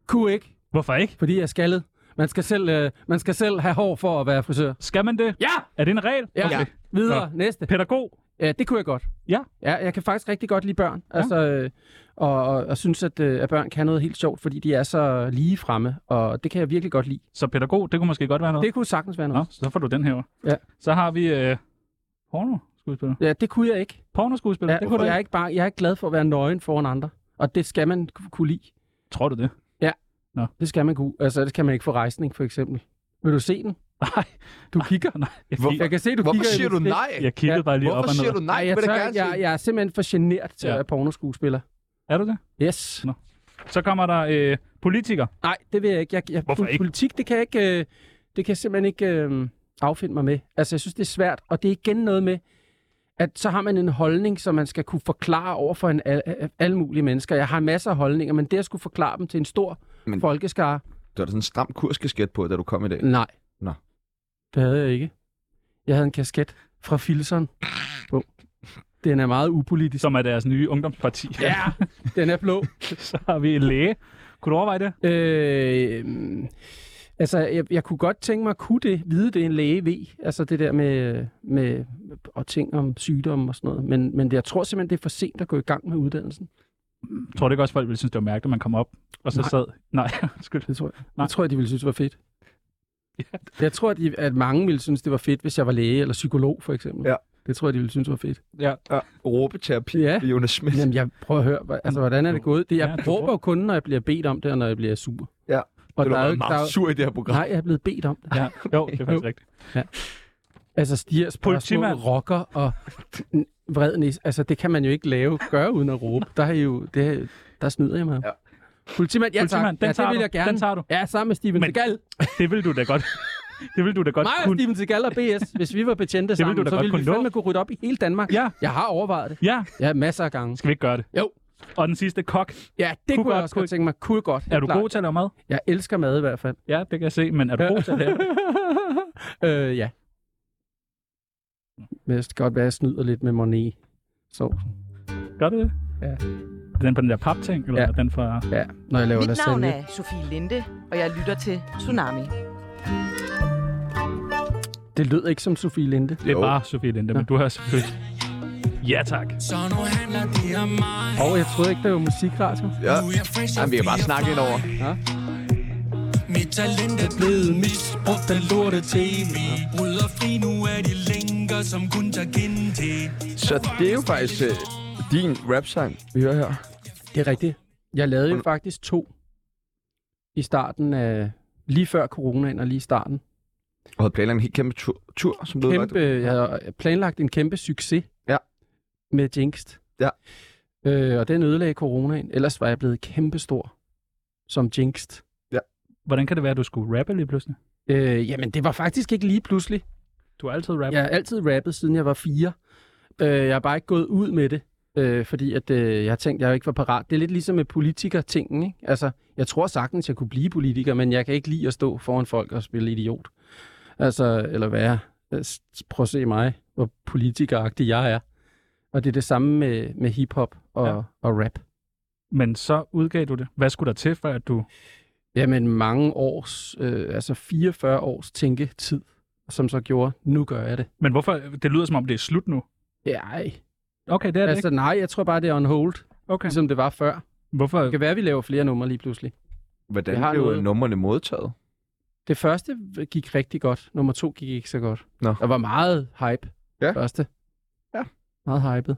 S6: Kunne ikke,
S4: Hvorfor ikke?
S6: fordi jeg er skaldet. Man skal, selv, øh, man skal selv have hår for at være frisør.
S4: Skal man det?
S6: Ja!
S4: Er det en regel?
S6: Ja,
S4: Okay.
S6: ja. videre, Nå. næste.
S4: Pædagog?
S6: Ja, det kunne jeg godt.
S4: Ja.
S6: Ja, jeg kan faktisk rigtig godt lide børn. Altså, øh, og, og, og synes, at, øh, at børn kan noget helt sjovt, fordi de er så lige fremme, og det kan jeg virkelig godt lide.
S4: Så pædagog, det kunne måske godt være noget.
S6: Det kunne sagtens være
S4: Nå,
S6: noget.
S4: så får du den her.
S6: Ja.
S4: Så har vi øh, pornoskuespiller.
S6: Ja, det kunne jeg ikke.
S4: Pornoskuespiller,
S6: Ja,
S4: det kunne du
S6: jeg, er
S4: ikke.
S6: ikke bare, jeg er ikke glad for at være nøgen foran andre, og det skal man ku- kunne lide.
S4: Tror du det?
S6: Det skal man kunne. Altså, det kan man ikke få rejsning, for eksempel. Vil du se den?
S4: Nej.
S6: Du kigger.
S4: Nej, jeg,
S1: Hvorfor-
S4: kigger,
S6: Jeg kan se, du
S1: Hvorfor
S6: kigger. i
S1: siger du
S6: mit blik.
S1: nej?
S4: jeg kiggede
S6: Ja.
S4: bare lige op
S1: Hvorfor
S4: og ned.
S1: siger du nej?
S6: Nej, jeg,
S1: Vil du
S6: tør,
S1: gerne
S6: ikke. jeg,
S1: sige?
S6: jeg er simpelthen for genert til
S4: Ja.
S6: at være pornoskuespiller.
S4: Er du det?
S6: Yes.
S4: Nå. Så kommer der øh, politiker.
S6: Nej, det vil jeg ikke. Jeg, jeg,
S4: Hvorfor
S6: pol-
S4: ikke?
S6: Politik, det kan jeg ikke... Øh, det kan jeg simpelthen ikke øh, affinde mig med. Altså, jeg synes, det er svært. Og det er igen noget med, at så har man en holdning, som man skal kunne forklare over for en al, al, alle mulige mennesker. Jeg har masser af holdninger, men det at skulle forklare dem til en stor
S1: Men-
S6: men... folkeskare,
S1: Du har da sådan en stram kurskasket på, da du kom i dag.
S6: nej.
S1: Nå.
S6: Det havde jeg ikke. Jeg havde en kasket fra Filson. på. Den er meget upolitisk.
S4: som er deres nye ungdomsparti.
S6: Ja, den er blå.
S4: så har vi en læge. Kunne du overveje det?
S6: Øh, mm, altså, jeg, jeg kunne godt tænke mig, kunne det vide det en læge ved? Altså det der med, med og ting om sygdomme og sådan noget. Men, men jeg tror simpelthen, det er for sent at gå i gang med uddannelsen.
S4: Tror du ikke også, folk ville synes, det var mærkeligt, at man kom op og så
S6: Nej.
S4: sad... Nej, undskyld.
S6: Det tror jeg.
S4: Nej.
S6: Det tror jeg, de ville synes var fedt. Jeg tror, at, de, at mange ville synes, det var fedt, hvis jeg var læge eller psykolog, for eksempel.
S1: Ja.
S6: Det tror jeg, de ville synes var fedt.
S1: Ja. Råbeterapi
S6: Ja.
S1: ja. ved Jonas Schmidt.
S6: Jamen, jeg prøver at høre, hva- altså, hvordan er det gået? Det, jeg
S4: Ja, du
S6: råber jo kun, når jeg bliver bedt om det, og når jeg bliver sur.
S1: Ja.
S6: Og
S1: det
S6: der er jo
S1: var
S6: ikke, der er,
S1: meget
S6: jo-
S1: sur i det her program.
S6: nej, jeg er blevet bedt om det.
S4: Ja, jo, det er faktisk
S6: Jo.
S4: rigtigt.
S6: Altså, de her spørgsmål,
S4: Politimand.
S6: rocker og n- vred næs, altså, det kan man jo ikke lave, gøre uden at råbe. Der, er jo, det, der snyder jeg mig.
S1: Ja.
S6: Ja. Politimand, ja tak.
S4: Politimand, den
S6: ja,
S4: tager
S6: det vil
S4: du.
S6: jeg gerne.
S4: Den tager du.
S6: Ja, sammen med Steven
S4: Men-
S6: Seagal.
S4: Det ville du da godt... Det ville du da godt
S6: Mig og
S4: kunne...
S6: Steven Seagal og BS, hvis vi var betjente
S4: ville
S6: sammen,
S4: du da
S6: så
S4: godt
S6: ville vi
S4: kunne nå.
S6: fandme kunne rydde op i hele Danmark.
S4: Ja.
S6: Jeg har overvejet det.
S4: Ja,
S6: Ja, masser af gange.
S4: skal vi ikke gøre det?
S6: Jo.
S4: Og den sidste kok.
S6: Ja,
S4: Kunne
S6: det kunne, kunne jeg
S4: godt,
S6: også
S4: kunne
S6: godt tænke mig. Kunne godt. helt
S4: Er du
S6: klart.
S4: god til at lave mad?
S6: Jeg elsker mad i hvert fald.
S4: Ja, det kan jeg se, men er du god til at lave
S6: øh, ja. Men det kan godt være, at jeg snyder lidt med Monet. Så,
S4: Gør du det?
S6: Ja.
S4: Er Den på den der papting, eller
S6: Ja.
S4: ja. den fra...
S6: ja, når jeg laver
S5: Mit navn
S6: lasagne.
S5: er Sofie Linde, og jeg lytter til Tsunami.
S6: Det lød ikke som Sofie Linde.
S4: Det er
S1: Jo.
S4: bare Sofie Linde, men du har selvfølgelig... Ja, tak.
S3: Så nu handler det om mig.
S6: Og jeg troede ikke, det var musikradio.
S1: Ja.
S3: Nu er jeg fresh,
S1: Jamen, vi kan bare snakke ind over.
S3: Mit talent er blevet misbrugt af lorte tv. Bryder fri, nu er de lænker, som kun tager kind til.
S1: Så det er jo faktisk øh, din rap-sang, vi hører her.
S6: Det er rigtigt. Jeg lavede jo faktisk to i starten af... Lige før coronaen og lige i starten.
S1: Og havde planlagt en helt kæmpe tur, tur som blev
S6: Kæmpe, jeg havde planlagt en kæmpe succes
S1: Ja.
S6: med Jinxt.
S1: Ja.
S6: Øh, og den ødelagde coronaen. Ellers var jeg blevet kæmpestor som Jinxt.
S4: Hvordan kan det være, at du skulle rappe lige pludselig?
S6: Øh, jamen, det var faktisk ikke lige pludselig.
S4: Du har altid rappet.
S6: Jeg har altid rappet, siden jeg var fire. Øh, jeg har bare ikke gået ud med det, øh, fordi at, øh, jeg har tænkt, at jeg ikke var parat. Det er lidt ligesom med politikertingen. Ikke? Altså, jeg tror sagtens, jeg kunne blive politiker, men jeg kan ikke lide at stå foran folk og spille idiot. Altså, eller være. øh, s- Prøv at se mig, hvor politikeragtig jeg er. Og det er det samme med, med hiphop og,
S4: Ja.
S6: ja. og rap.
S4: Men så udgav du det. Hvad skulle der til, for at du...
S6: Jamen mange års, øh, altså 44 års tænketid, som så gjorde, nu gør jeg det.
S4: Men hvorfor... Det lyder, som om det er slut nu.
S6: Ej,
S4: Okay, det er det
S6: altså nej, jeg tror bare, det er on hold,
S4: ikke. Okay.
S6: ligesom det var før.
S4: Hvorfor...
S6: Det kan være, at vi laver flere numre lige pludselig.
S1: Hvordan
S6: Jeg har
S1: blev øh,
S6: noget.
S1: numrene modtaget?
S6: Det første gik rigtig godt. Nummer to gik ikke så godt.
S1: Nå.
S6: Der var meget hype.
S1: Ja.
S6: Første.
S1: Ja.
S6: Meget hypet.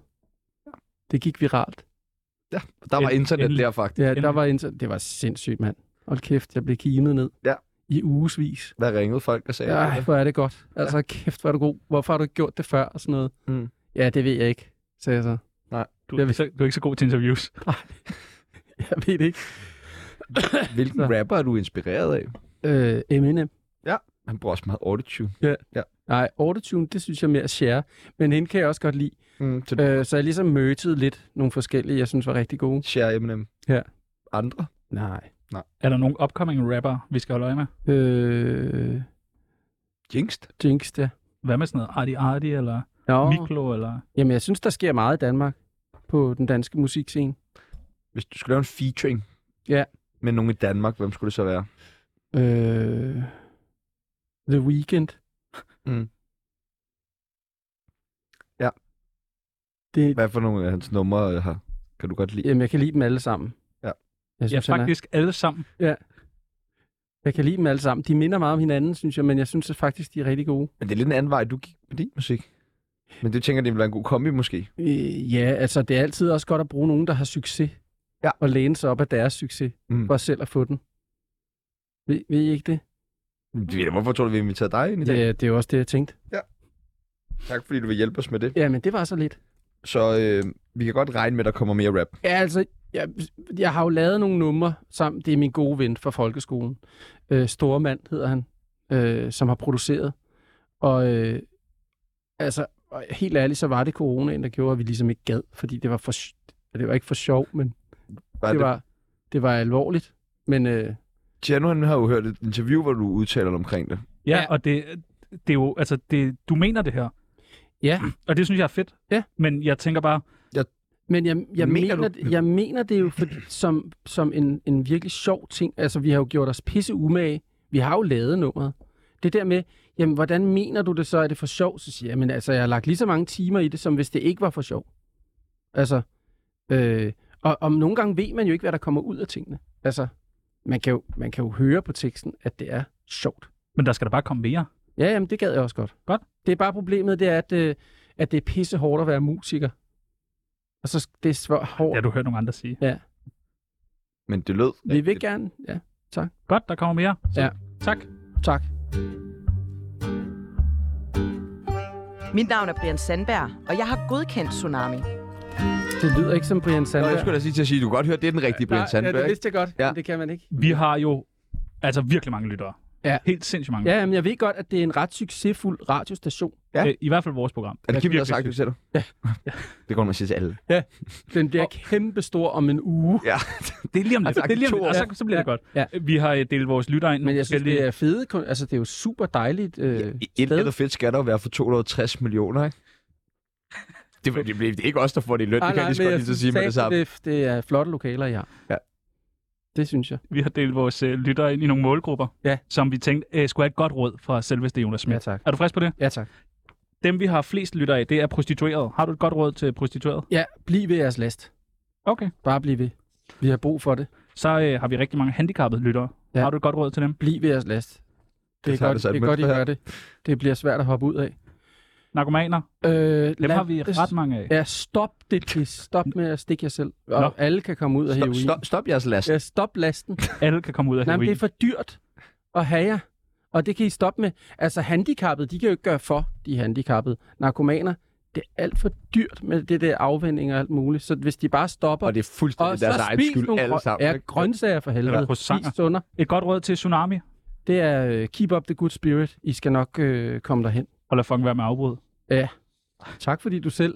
S6: Det gik viralt.
S1: Der var
S4: En-
S1: internet
S4: en-
S1: der, faktisk.
S6: Ja,
S4: Endelig.
S6: der var inter... Det var sindssygt, mand. Hold kæft, jeg blev kimet ned.
S1: Ja.
S6: I ugesvis.
S1: Der ringede folk og sagde,
S6: Ja, hvor er det godt. Altså, kæft, hvor er du god. Hvorfor har du ikke gjort det før? Og sådan noget.
S1: Mm.
S6: Ja, det ved jeg ikke, sagde jeg så.
S4: Du,
S6: Jeg vil-
S4: du er ikke så god til interviews.
S6: Jeg ved det ikke.
S1: hvilken rapper er du inspireret af?
S6: Øh, Eminem.
S1: Han bruger også meget autotune.
S6: Nej, autotune, det synes jeg er mere at share. Men hende kan jeg også godt lide.
S1: Mm, så
S6: Øh, så jeg ligesom mødtede lidt nogle forskellige, jeg synes var rigtig gode.
S1: share Eminem.
S6: Ja.
S1: Andre?
S6: Nej.
S4: Er der nogle upcoming rapper, vi skal holde øje med?
S6: Øh,
S1: Jingst?
S6: Jinx, ja.
S4: Hvad med sådan noget? Arti Arti, eller
S6: Nå,
S4: oh. Miklo, eller...
S6: jamen jeg synes, der sker meget i Danmark på den danske musikscene.
S1: Hvis du skulle lave en featuring
S6: Ja.
S1: med nogen i Danmark, hvem skulle det så være?
S6: Øh, The Weeknd.
S1: Mm. Ja.
S6: Det,
S1: Hvad for nogle af hans numre øh, har? Kan du godt lide?
S6: jamen, jeg kan lide dem alle sammen.
S1: Ja.
S6: Jeg,
S4: Ja,
S6: synes, ja, faktisk...
S4: faktisk alle sammen.
S6: jeg kan lide dem alle sammen. De minder meget om hinanden, synes jeg, men jeg synes at faktisk, de er rigtig gode.
S1: Men det er lidt en anden vej, du gik med din musik. Men det tænker, jeg, det ville være en god kombi måske.
S6: Øh, ja, altså det er altid også godt at bruge nogen, der har succes.
S1: Ja.
S6: Og læne sig op af deres succes,
S1: Mm.
S6: for selv at få den. Ved, ved I ikke det?
S1: Ja, Hvorfor tror du, vi inviterede dig ind i dag?
S6: Ja, det er jo også det, jeg tænkte.
S1: Tak fordi du vil hjælpe os med det.
S6: Ja, men det var så lidt.
S1: Så øh, vi kan godt regne med, at der kommer mere rap.
S6: Ja, altså, jeg, jeg har jo lavet nogle numre sammen. Det er min gode ven fra folkeskolen. Øh, Stormand hedder han, øh, som har produceret. Og øh, altså, og helt ærligt, så var det coronaen, der gjorde, at vi ligesom ikke gad, fordi det var for, sj- det var ikke for sjov, men
S1: Var
S6: det
S1: det,
S6: var, det var alvorligt. Men øh,
S1: Tjerno, han har jo hørt et interview, hvor du udtaler dig omkring det.
S4: Ja,
S6: Ja.
S4: og det, det er jo, altså, det, du mener det her.
S6: ja,
S4: Og det synes jeg er fedt.
S6: Ja.
S4: Men jeg tænker bare,
S6: Men jeg, jeg,
S1: Mener
S6: mener,
S1: du-
S6: mener, det- jeg mener det jo for, som, som en, en virkelig sjov ting. Altså, vi har jo gjort os pisse umage. Vi har jo lavet nummeret. Det der med, jamen, hvordan mener du det så? Er det for sjov? Så siger jeg, men altså, jeg har lagt lige så mange timer i det, som hvis det ikke var for sjov. Altså, øh, og, og nogle gange ved man jo ikke, hvad der kommer ud af tingene. Altså, man kan jo, man kan jo høre på teksten, at det er sjovt.
S4: men der skal da bare komme mere.
S6: Ja, jamen, det gad jeg også godt.
S4: Godt.
S6: Det er bare problemet, det er, at, øh, at det er pisse hårdt at være musiker. Og så det er svært
S4: Det
S6: hårdt.
S4: har du hørt nogle andre sige.
S1: Men det lød...
S6: Vi vil gerne, ja.
S4: Godt, der kommer mere. Så,
S6: Ja.
S4: Tak.
S6: Tak.
S5: Mit navn er Brian Sandberg, og jeg har godkendt Tsunami.
S6: Det lyder ikke som Brian
S1: Nå,
S6: Sandberg.
S1: jeg skulle da sige til at sige, du kan godt høre, det er den rigtige Brian Sandberg.
S6: Ja, det
S1: ikke?
S6: vidste jeg godt,
S1: Ja.
S6: ja. men det kan man ikke.
S4: Vi har jo altså virkelig mange lyttere.
S6: Ja.
S4: Helt sindssygt mange.
S6: Ja, men jeg ved godt, at det er en ret succesfuld radiostation.
S1: Ja.
S4: Øh, I hvert fald vores program.
S1: Er det Kim, der har
S4: virkelig
S1: sagt det
S4: sygt.
S1: til dig? Ja. Det går man sige til alle.
S6: Den bliver kæmpestor om en uge.
S1: Ja.
S4: Det er lige om lidt.
S1: Altså,
S4: det er lige om
S1: to
S4: lidt.
S1: år.
S4: Og så, så bliver det godt.
S6: Ja.
S4: Vi har øh, delt vores lyttere ind.
S6: Men jeg synes,
S4: forskellige-
S6: det er fede. kun- Altså, det er jo super dejligt. Øh, ja,
S1: Et eller andet fedt skal der jo være for 260 millioner, ikke? Det, det, det, det er ikke os, der får det i løn, det kan jeg lige så godt lige så sige med det samme.
S6: Det, det er flotte lokaler, I har.
S1: Ja.
S6: Det synes jeg.
S4: Vi har delt vores øh, lyttere ind i nogle målgrupper,
S6: Ja.
S4: som vi tænkte øh, skulle have et godt råd fra selveste Jonas Schmidt.
S6: Ja, tak.
S4: Er du frisk på det?
S6: Ja, tak.
S4: Dem, vi har flest lyttere af, det er prostituerede. Har du et godt råd til prostituerede?
S6: Ja, bliv ved jeres last.
S4: Okay.
S6: Bare bliv ved. Vi har brug for det.
S4: Så øh, har vi rigtig mange handicappede lyttere.
S6: Ja.
S4: Har du et godt råd til dem?
S6: Bliv ved jeres last. Det er
S1: tager
S6: godt,
S1: det så et
S6: det er godt I
S1: mønster her.
S6: gør det. Det bliver svært at hoppe ud af.
S4: Narkomaner?
S6: Øh,
S4: Dem
S6: lad-
S4: har vi ret mange af.
S6: Ja, stop det pis. Stop med at stikke jer selv. Og
S4: Nå.
S6: Nå. alle kan komme ud af
S1: Stop,
S6: heroin.
S1: stop, stop jeres last.
S6: Ja, stop lasten.
S4: Alle kan komme ud af
S6: Nej, men
S4: heroin.
S6: det er for dyrt at have jer. Og det kan I stoppe med. Altså, handicappede, de kan jo ikke gøre for, de er handicappede. Narkomaner, det er alt for dyrt med det der afvending og alt muligt. Så hvis de bare stopper...
S1: Og det er fuldstændig deres egen
S6: spis
S1: skyld,
S6: nogle
S1: alle
S6: grøn-
S1: sammen.
S6: Ja,
S1: ikke?
S6: grøntsager for helvede.
S4: croissanter.
S6: Spis sundere.
S4: Et godt råd til Tsunami.
S6: Det er øh, keep up the good spirit. I skal nok øh, komme derhen.
S4: Og lad fucking være med afbrud.
S6: Tak fordi du selv.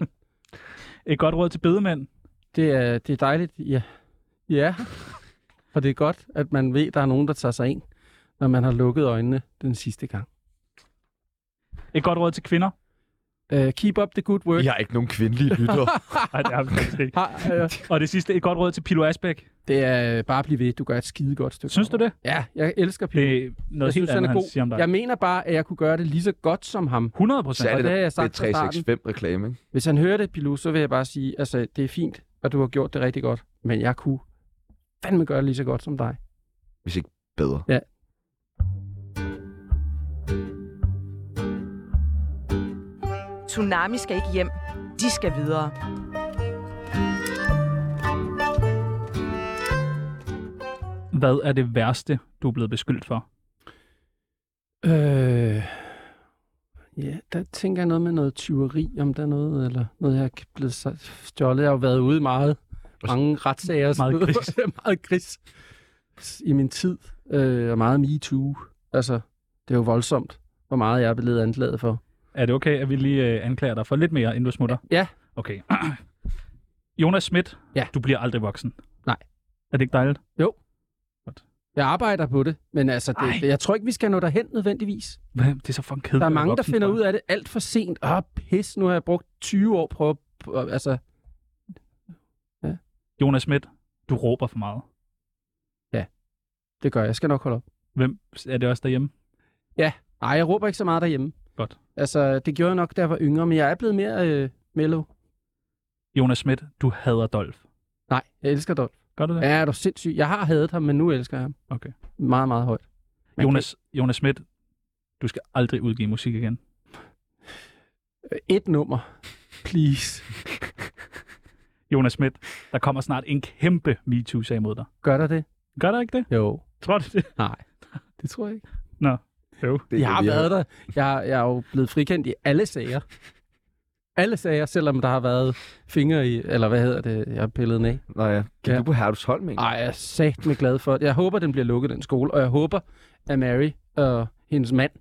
S4: Et godt råd til bedemænd.
S6: Det er, det er dejligt. Ja. ja. Og det er godt, at man ved, at der er nogen, der tager sig ind, når man har lukket øjnene den sidste gang.
S4: Et godt råd til kvinder.
S6: Uh, keep up the good work.
S1: I har ikke nogen kvindelige lyttere.
S4: Ej, det har vi faktisk ikke.
S6: Har, øh,
S4: Og det sidste, et godt råd til Pilo Asbæk.
S6: det er øh, bare at blive ved. Du gør et skide godt stykke.
S4: Synes du det?
S6: Ja, jeg elsker Pippi.
S4: Det er noget
S6: Jeg
S4: helt
S6: synes, han
S4: andet,
S6: er
S4: han siger om
S6: god.
S4: dig.
S6: Jeg mener bare, at jeg kunne gøre det lige så godt som ham.
S4: 100 procent.
S1: Særligt,
S6: det har jeg
S1: det er
S6: sagt fra starten.
S1: 365-reklame, ikke?
S6: Hvis han hører det, Pilu, så vil jeg bare sige, altså, det er fint, og du har gjort det rigtig godt. Men jeg kunne fandme gøre det lige så godt som dig.
S1: Hvis ikke bedre.
S5: Tsunami skal ikke hjem. De skal videre.
S4: Hvad er det værste, du er blevet beskyldt for?
S6: Øh, ja, der tænker jeg noget med noget tyveri, om der er noget, eller noget, jeg er blevet så- stjålet. Jeg har jo været ude meget, mange retssager og sådan
S4: Meget
S6: noget.
S4: gris.
S6: meget gris i min tid, øh, og meget MeToo. Altså, det er jo voldsomt, hvor meget jeg er blevet anklaget for.
S4: Er det okay, at vi lige øh, anklager dig for lidt mere, inden du smutter?
S6: Ja.
S4: Okay. Jonas Schmidt,
S6: Ja.
S4: du bliver aldrig voksen.
S6: Nej.
S4: Er det ikke dejligt?
S6: Jeg arbejder på det, men altså,
S4: Ej.
S6: det, jeg tror ikke, vi skal nå derhen nødvendigvis.
S4: Hvad? Det er så fucking kedeligt.
S6: Der er
S4: at være
S6: mange, der
S4: voksen,
S6: finder
S4: tror jeg.
S6: ud af det alt for sent. Ah, pis, nu har jeg brugt 20 år på at... på- Altså,
S4: Jonas Schmidt, du råber for meget.
S6: det gør jeg. Jeg skal nok holde op.
S4: Hvem er det også derhjemme?
S6: Nej, jeg råber ikke så meget derhjemme.
S4: Godt.
S6: Altså, det gjorde jeg nok, da jeg var yngre, men jeg er blevet mere øh, mellow.
S4: Jonas Schmidt, du hader Dolf.
S6: Nej, jeg elsker Dolph.
S4: Gør du det?
S6: Ja, er du sindssyg? Jeg har hadet ham, men nu elsker jeg ham.
S4: Okay.
S6: Meget, meget højt. Man
S4: Jonas, Jonas Schmidt, du skal aldrig udgive musik igen.
S6: Kan... øh, Et nummer. Please.
S4: Jonas Schmidt, der kommer snart en kæmpe MeToo-sag mod dig.
S6: Gør der det?
S4: Gør der ikke det?
S6: Jo.
S4: Tror du det?
S6: Nej. Det tror jeg ikke.
S4: Jo.
S1: Det er
S6: Jeg har
S1: det, vi
S6: været der. Jeg, jeg er jo blevet frikendt i alle sager. alle sager, selvom der har været fingre i, eller hvad hedder det, jeg har pillet den af.
S1: Nå ja, gik
S6: Ja.
S1: ja. du på Herresholm egentlig?
S6: Ej, jeg er satme glad for det. Jeg håber, den bliver lukket, den skole, og jeg håber, at Mary og hendes mand,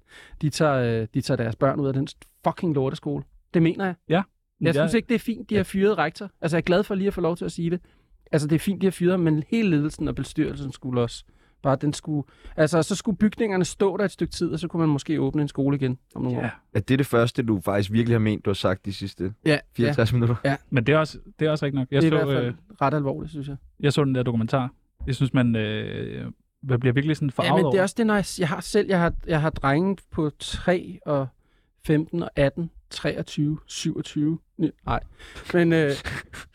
S6: de tager, øh, de tager deres børn ud af den fucking lorteskole. Det mener jeg. Jeg ja. synes ikke, det er fint, de har fyret rektor. Altså, jeg er glad for lige at få lov til at sige det. Altså, det er fint, de har fyret ham, men hele ledelsen og bestyrelsen skulle også. Bare den skulle... Altså, så skulle bygningerne stå der et stykke tid, og så kunne man måske åbne en skole igen om nogle
S4: Ja.
S6: år.
S1: Er det det første, du faktisk virkelig har ment, du har sagt de sidste
S6: Ah. Ja,
S1: 64 ja. minutter?
S4: Men det er også, det er også rigtigt nok. Jeg
S6: Det er i
S4: så,
S6: hvert
S4: øh,
S6: fald ret alvorligt, synes jeg.
S4: jeg så den der dokumentar. Jeg synes, man øh, man bliver virkelig sådan
S6: Ja,
S4: forarvet
S6: men det er
S4: over.
S6: også det, når jeg, jeg har selv, jeg har, jeg har drenge på 3 og 15 og 18, 23, 27, Ni- nej. Men øh,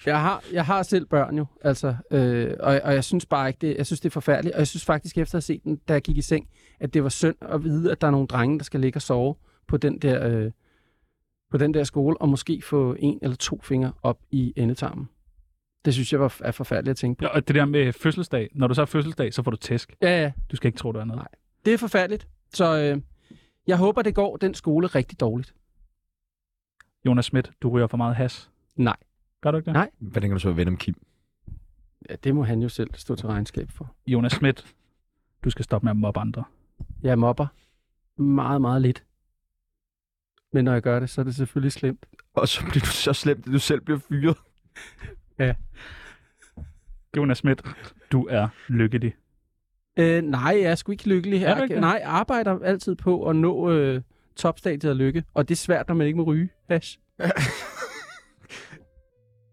S6: jeg, har, jeg har selv børn jo, altså, øh, og, og jeg synes bare ikke, det, jeg synes det er forfærdeligt, og jeg synes faktisk efter at have set den, da jeg gik i seng, at det var synd at vide, at der er nogle drenge, der skal ligge og sove på den der, øh, på den der skole, og måske få en eller to fingre op i endetarmen. Det synes jeg var, er forfærdeligt at tænke på.
S4: Ja, Og det der med fødselsdag. Når du så har fødselsdag, så får du tæsk.
S6: Ja, ja,
S4: Du skal ikke tro, der er noget.
S6: Nej. Det er forfærdeligt. Så øh, jeg håber, det går den skole rigtig dårligt.
S4: Jonas Schmidt, du ryger for meget has.
S6: Nej.
S4: Gør du ikke det?
S6: Nej.
S1: Hvordan kan du så være ven om Kim?
S6: Ja, det må han jo selv stå til regnskab for.
S4: Jonas Schmidt, du skal stoppe med at mobbe andre.
S6: Jeg mobber meget, meget lidt. Men når jeg gør det, så er det selvfølgelig slemt.
S1: Og så bliver du så slemt, at du selv bliver fyret.
S4: Jonas Schmidt, du er lykkelig.
S6: Øh, nej, jeg er sgu ikke lykkelig.
S4: Er du
S6: Jeg,
S4: ikke det?
S6: nej, jeg arbejder altid på at nå øh, topstadiet af lykke. Og det er svært, når man ikke må ryge hash.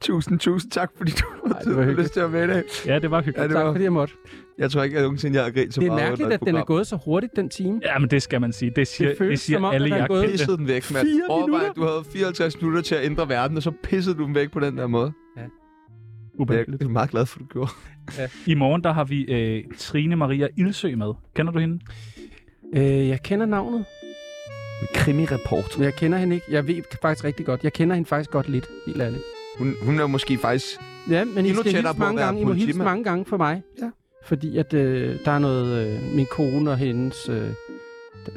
S1: Tusind, tusind tak, fordi du
S6: Ej,
S1: har
S6: det var
S1: tid og
S6: hyggeligt.
S1: lyst til at være med i dag.
S4: Ja, det var hyggeligt.
S1: Ja, det
S6: tak
S1: var,
S6: fordi jeg måtte.
S1: jeg tror ikke, at nogensinde jeg har grint så
S6: Det er
S1: meget under
S6: mærkeligt,
S1: et
S6: at den er
S1: program.
S6: gået så hurtigt, den time.
S4: Ja, men det skal man sige. Det siger, det
S6: føles
S4: det siger
S6: som om,
S4: alle
S6: at der er gået-
S4: jagtbælte.
S1: pissede den væk, mand.
S6: Fire
S1: Overvej,
S6: minutter?
S1: at du havde 54 minutter til at ændre verden, og så pissede du den væk på den der måde. Jeg
S4: Ubehageligt.
S1: er meget glad for, at du gjorde.
S4: I morgen, der har vi øh, Trine Maria Ildsø med. Kender du hende?
S6: Øh, jeg kender navnet,
S1: Krimi-report.
S6: men jeg kender hende ikke. Jeg ved faktisk rigtig godt. Jeg kender hende faktisk godt lidt, helt ærligt.
S1: Hun, hun er måske faktisk...
S6: Ja, men I
S1: Endnu
S6: skal
S1: tættere
S6: hilse
S1: på at
S6: mange
S1: være
S6: gange. I må hilse
S1: politimand.
S6: mange gange for mig.
S1: Ja.
S6: Fordi at øh, der er noget... Øh, min kone og hendes... Øh,
S4: Læge.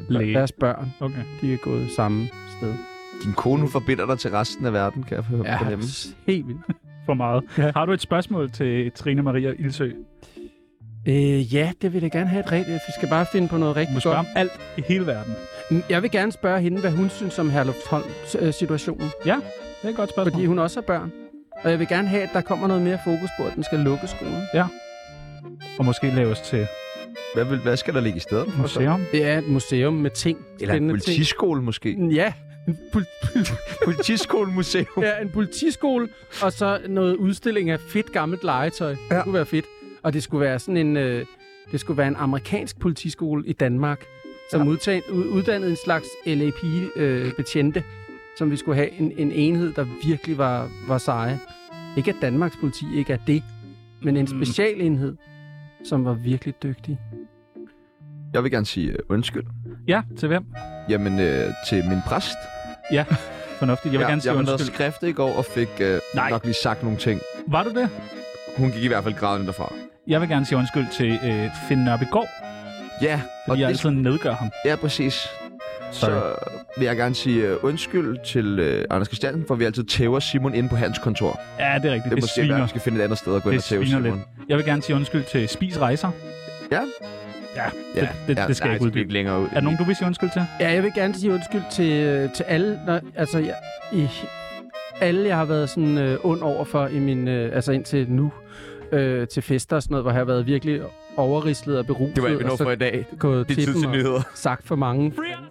S6: Læge. deres børn,
S4: Okay.
S6: de er gået samme sted.
S1: Din kone,
S4: Mm.
S1: hun forbinder dig til resten af verden, kan jeg
S6: Ja,
S1: fornemme.
S6: helt vildt.
S4: For meget. Ja. Har du et spørgsmål til Trine Maria Ildsø?
S6: Øh, ja, det vil jeg gerne have et rigtigt. Vi skal bare finde på noget
S4: Du
S6: rigtig
S4: må spørge
S6: godt.
S4: om alt i hele verden.
S6: Mm, Jeg vil gerne spørge hende, hvad hun synes om Herlufsholm-situationen.
S4: Det er et godt spørgsmål.
S6: Fordi hun også har børn. Og jeg vil gerne have, at der kommer noget mere fokus på, at den skal lukke skolen.
S4: Og måske laves til
S1: Hvad, vil, hvad skal der ligge i stedet? for så?
S4: museum.
S6: Det er et museum med ting.
S1: Eller en
S6: spændende ting.
S1: politiskole måske.
S6: Ja, en pol-
S1: Politiskolemuseum.
S6: Ja, en politiskole, og så noget udstilling af fedt gammelt legetøj. Ja. Det kunne være fedt. Og det skulle være sådan en, øh, det skulle være en amerikansk politiskole i Danmark, som ja. udtagen, ud, uddannede en slags LAP-betjente, øh, som vi skulle have en, en enhed, der virkelig var, var seje. Ikke at Danmarks politi ikke er det, men en
S4: Mm.
S6: specialenhed, som var virkelig dygtig.
S1: Jeg vil gerne sige øh, undskyld.
S4: Ja, til hvem?
S1: Jamen, øh, til min præst.
S4: Fornuftigt. Jeg vil
S1: Ja,
S4: gerne sige
S1: jeg var nede
S4: undskyld.
S1: og skrift i går og fik øh,
S4: Nej.
S1: nok lige sagt nogle ting.
S4: Var du det?
S1: Hun gik i hvert fald grædende derfra.
S4: Jeg vil gerne sige undskyld til øh, Finn Nørbegaard,
S1: Ja, og
S4: fordi jeg altså-
S1: det,
S4: altid nedgør ham.
S1: ja, præcis. Så vil jeg gerne sige øh, undskyld til øh, Anders Christiansen, for vi altid tæver Simon inde på hans kontor. Det,
S4: Ja, det er rigtigt. Det,
S1: det
S4: det
S1: måske være, at
S4: sviner.
S1: vi skal finde et andet sted at gå ind
S4: Det
S1: og tæve
S4: sviner
S1: Simon.
S4: lidt. Jeg vil gerne sige undskyld til Spis Rejser.
S1: Ja.
S4: Ja, det, det, det skal
S1: nej,
S4: jeg ikke
S1: det bliver
S4: uddybe.
S1: længere ud.
S4: Er der nogen, du vil sige undskyld til?
S6: Ja, jeg vil gerne sige undskyld til, øh, til alle, når, altså jeg, i, alle, jeg har været sådan øh, ond over for i min, øh, altså indtil nu, øh, til fester og sådan noget, hvor jeg har været virkelig overrislet og beruset.
S1: Det var alt, vi
S6: og
S4: Altså-
S1: nåede
S6: så
S1: for i dag.
S6: gået
S1: Det er tid
S6: til
S1: til
S6: dem og
S1: nyheder.
S6: sagt for mange
S4: Free at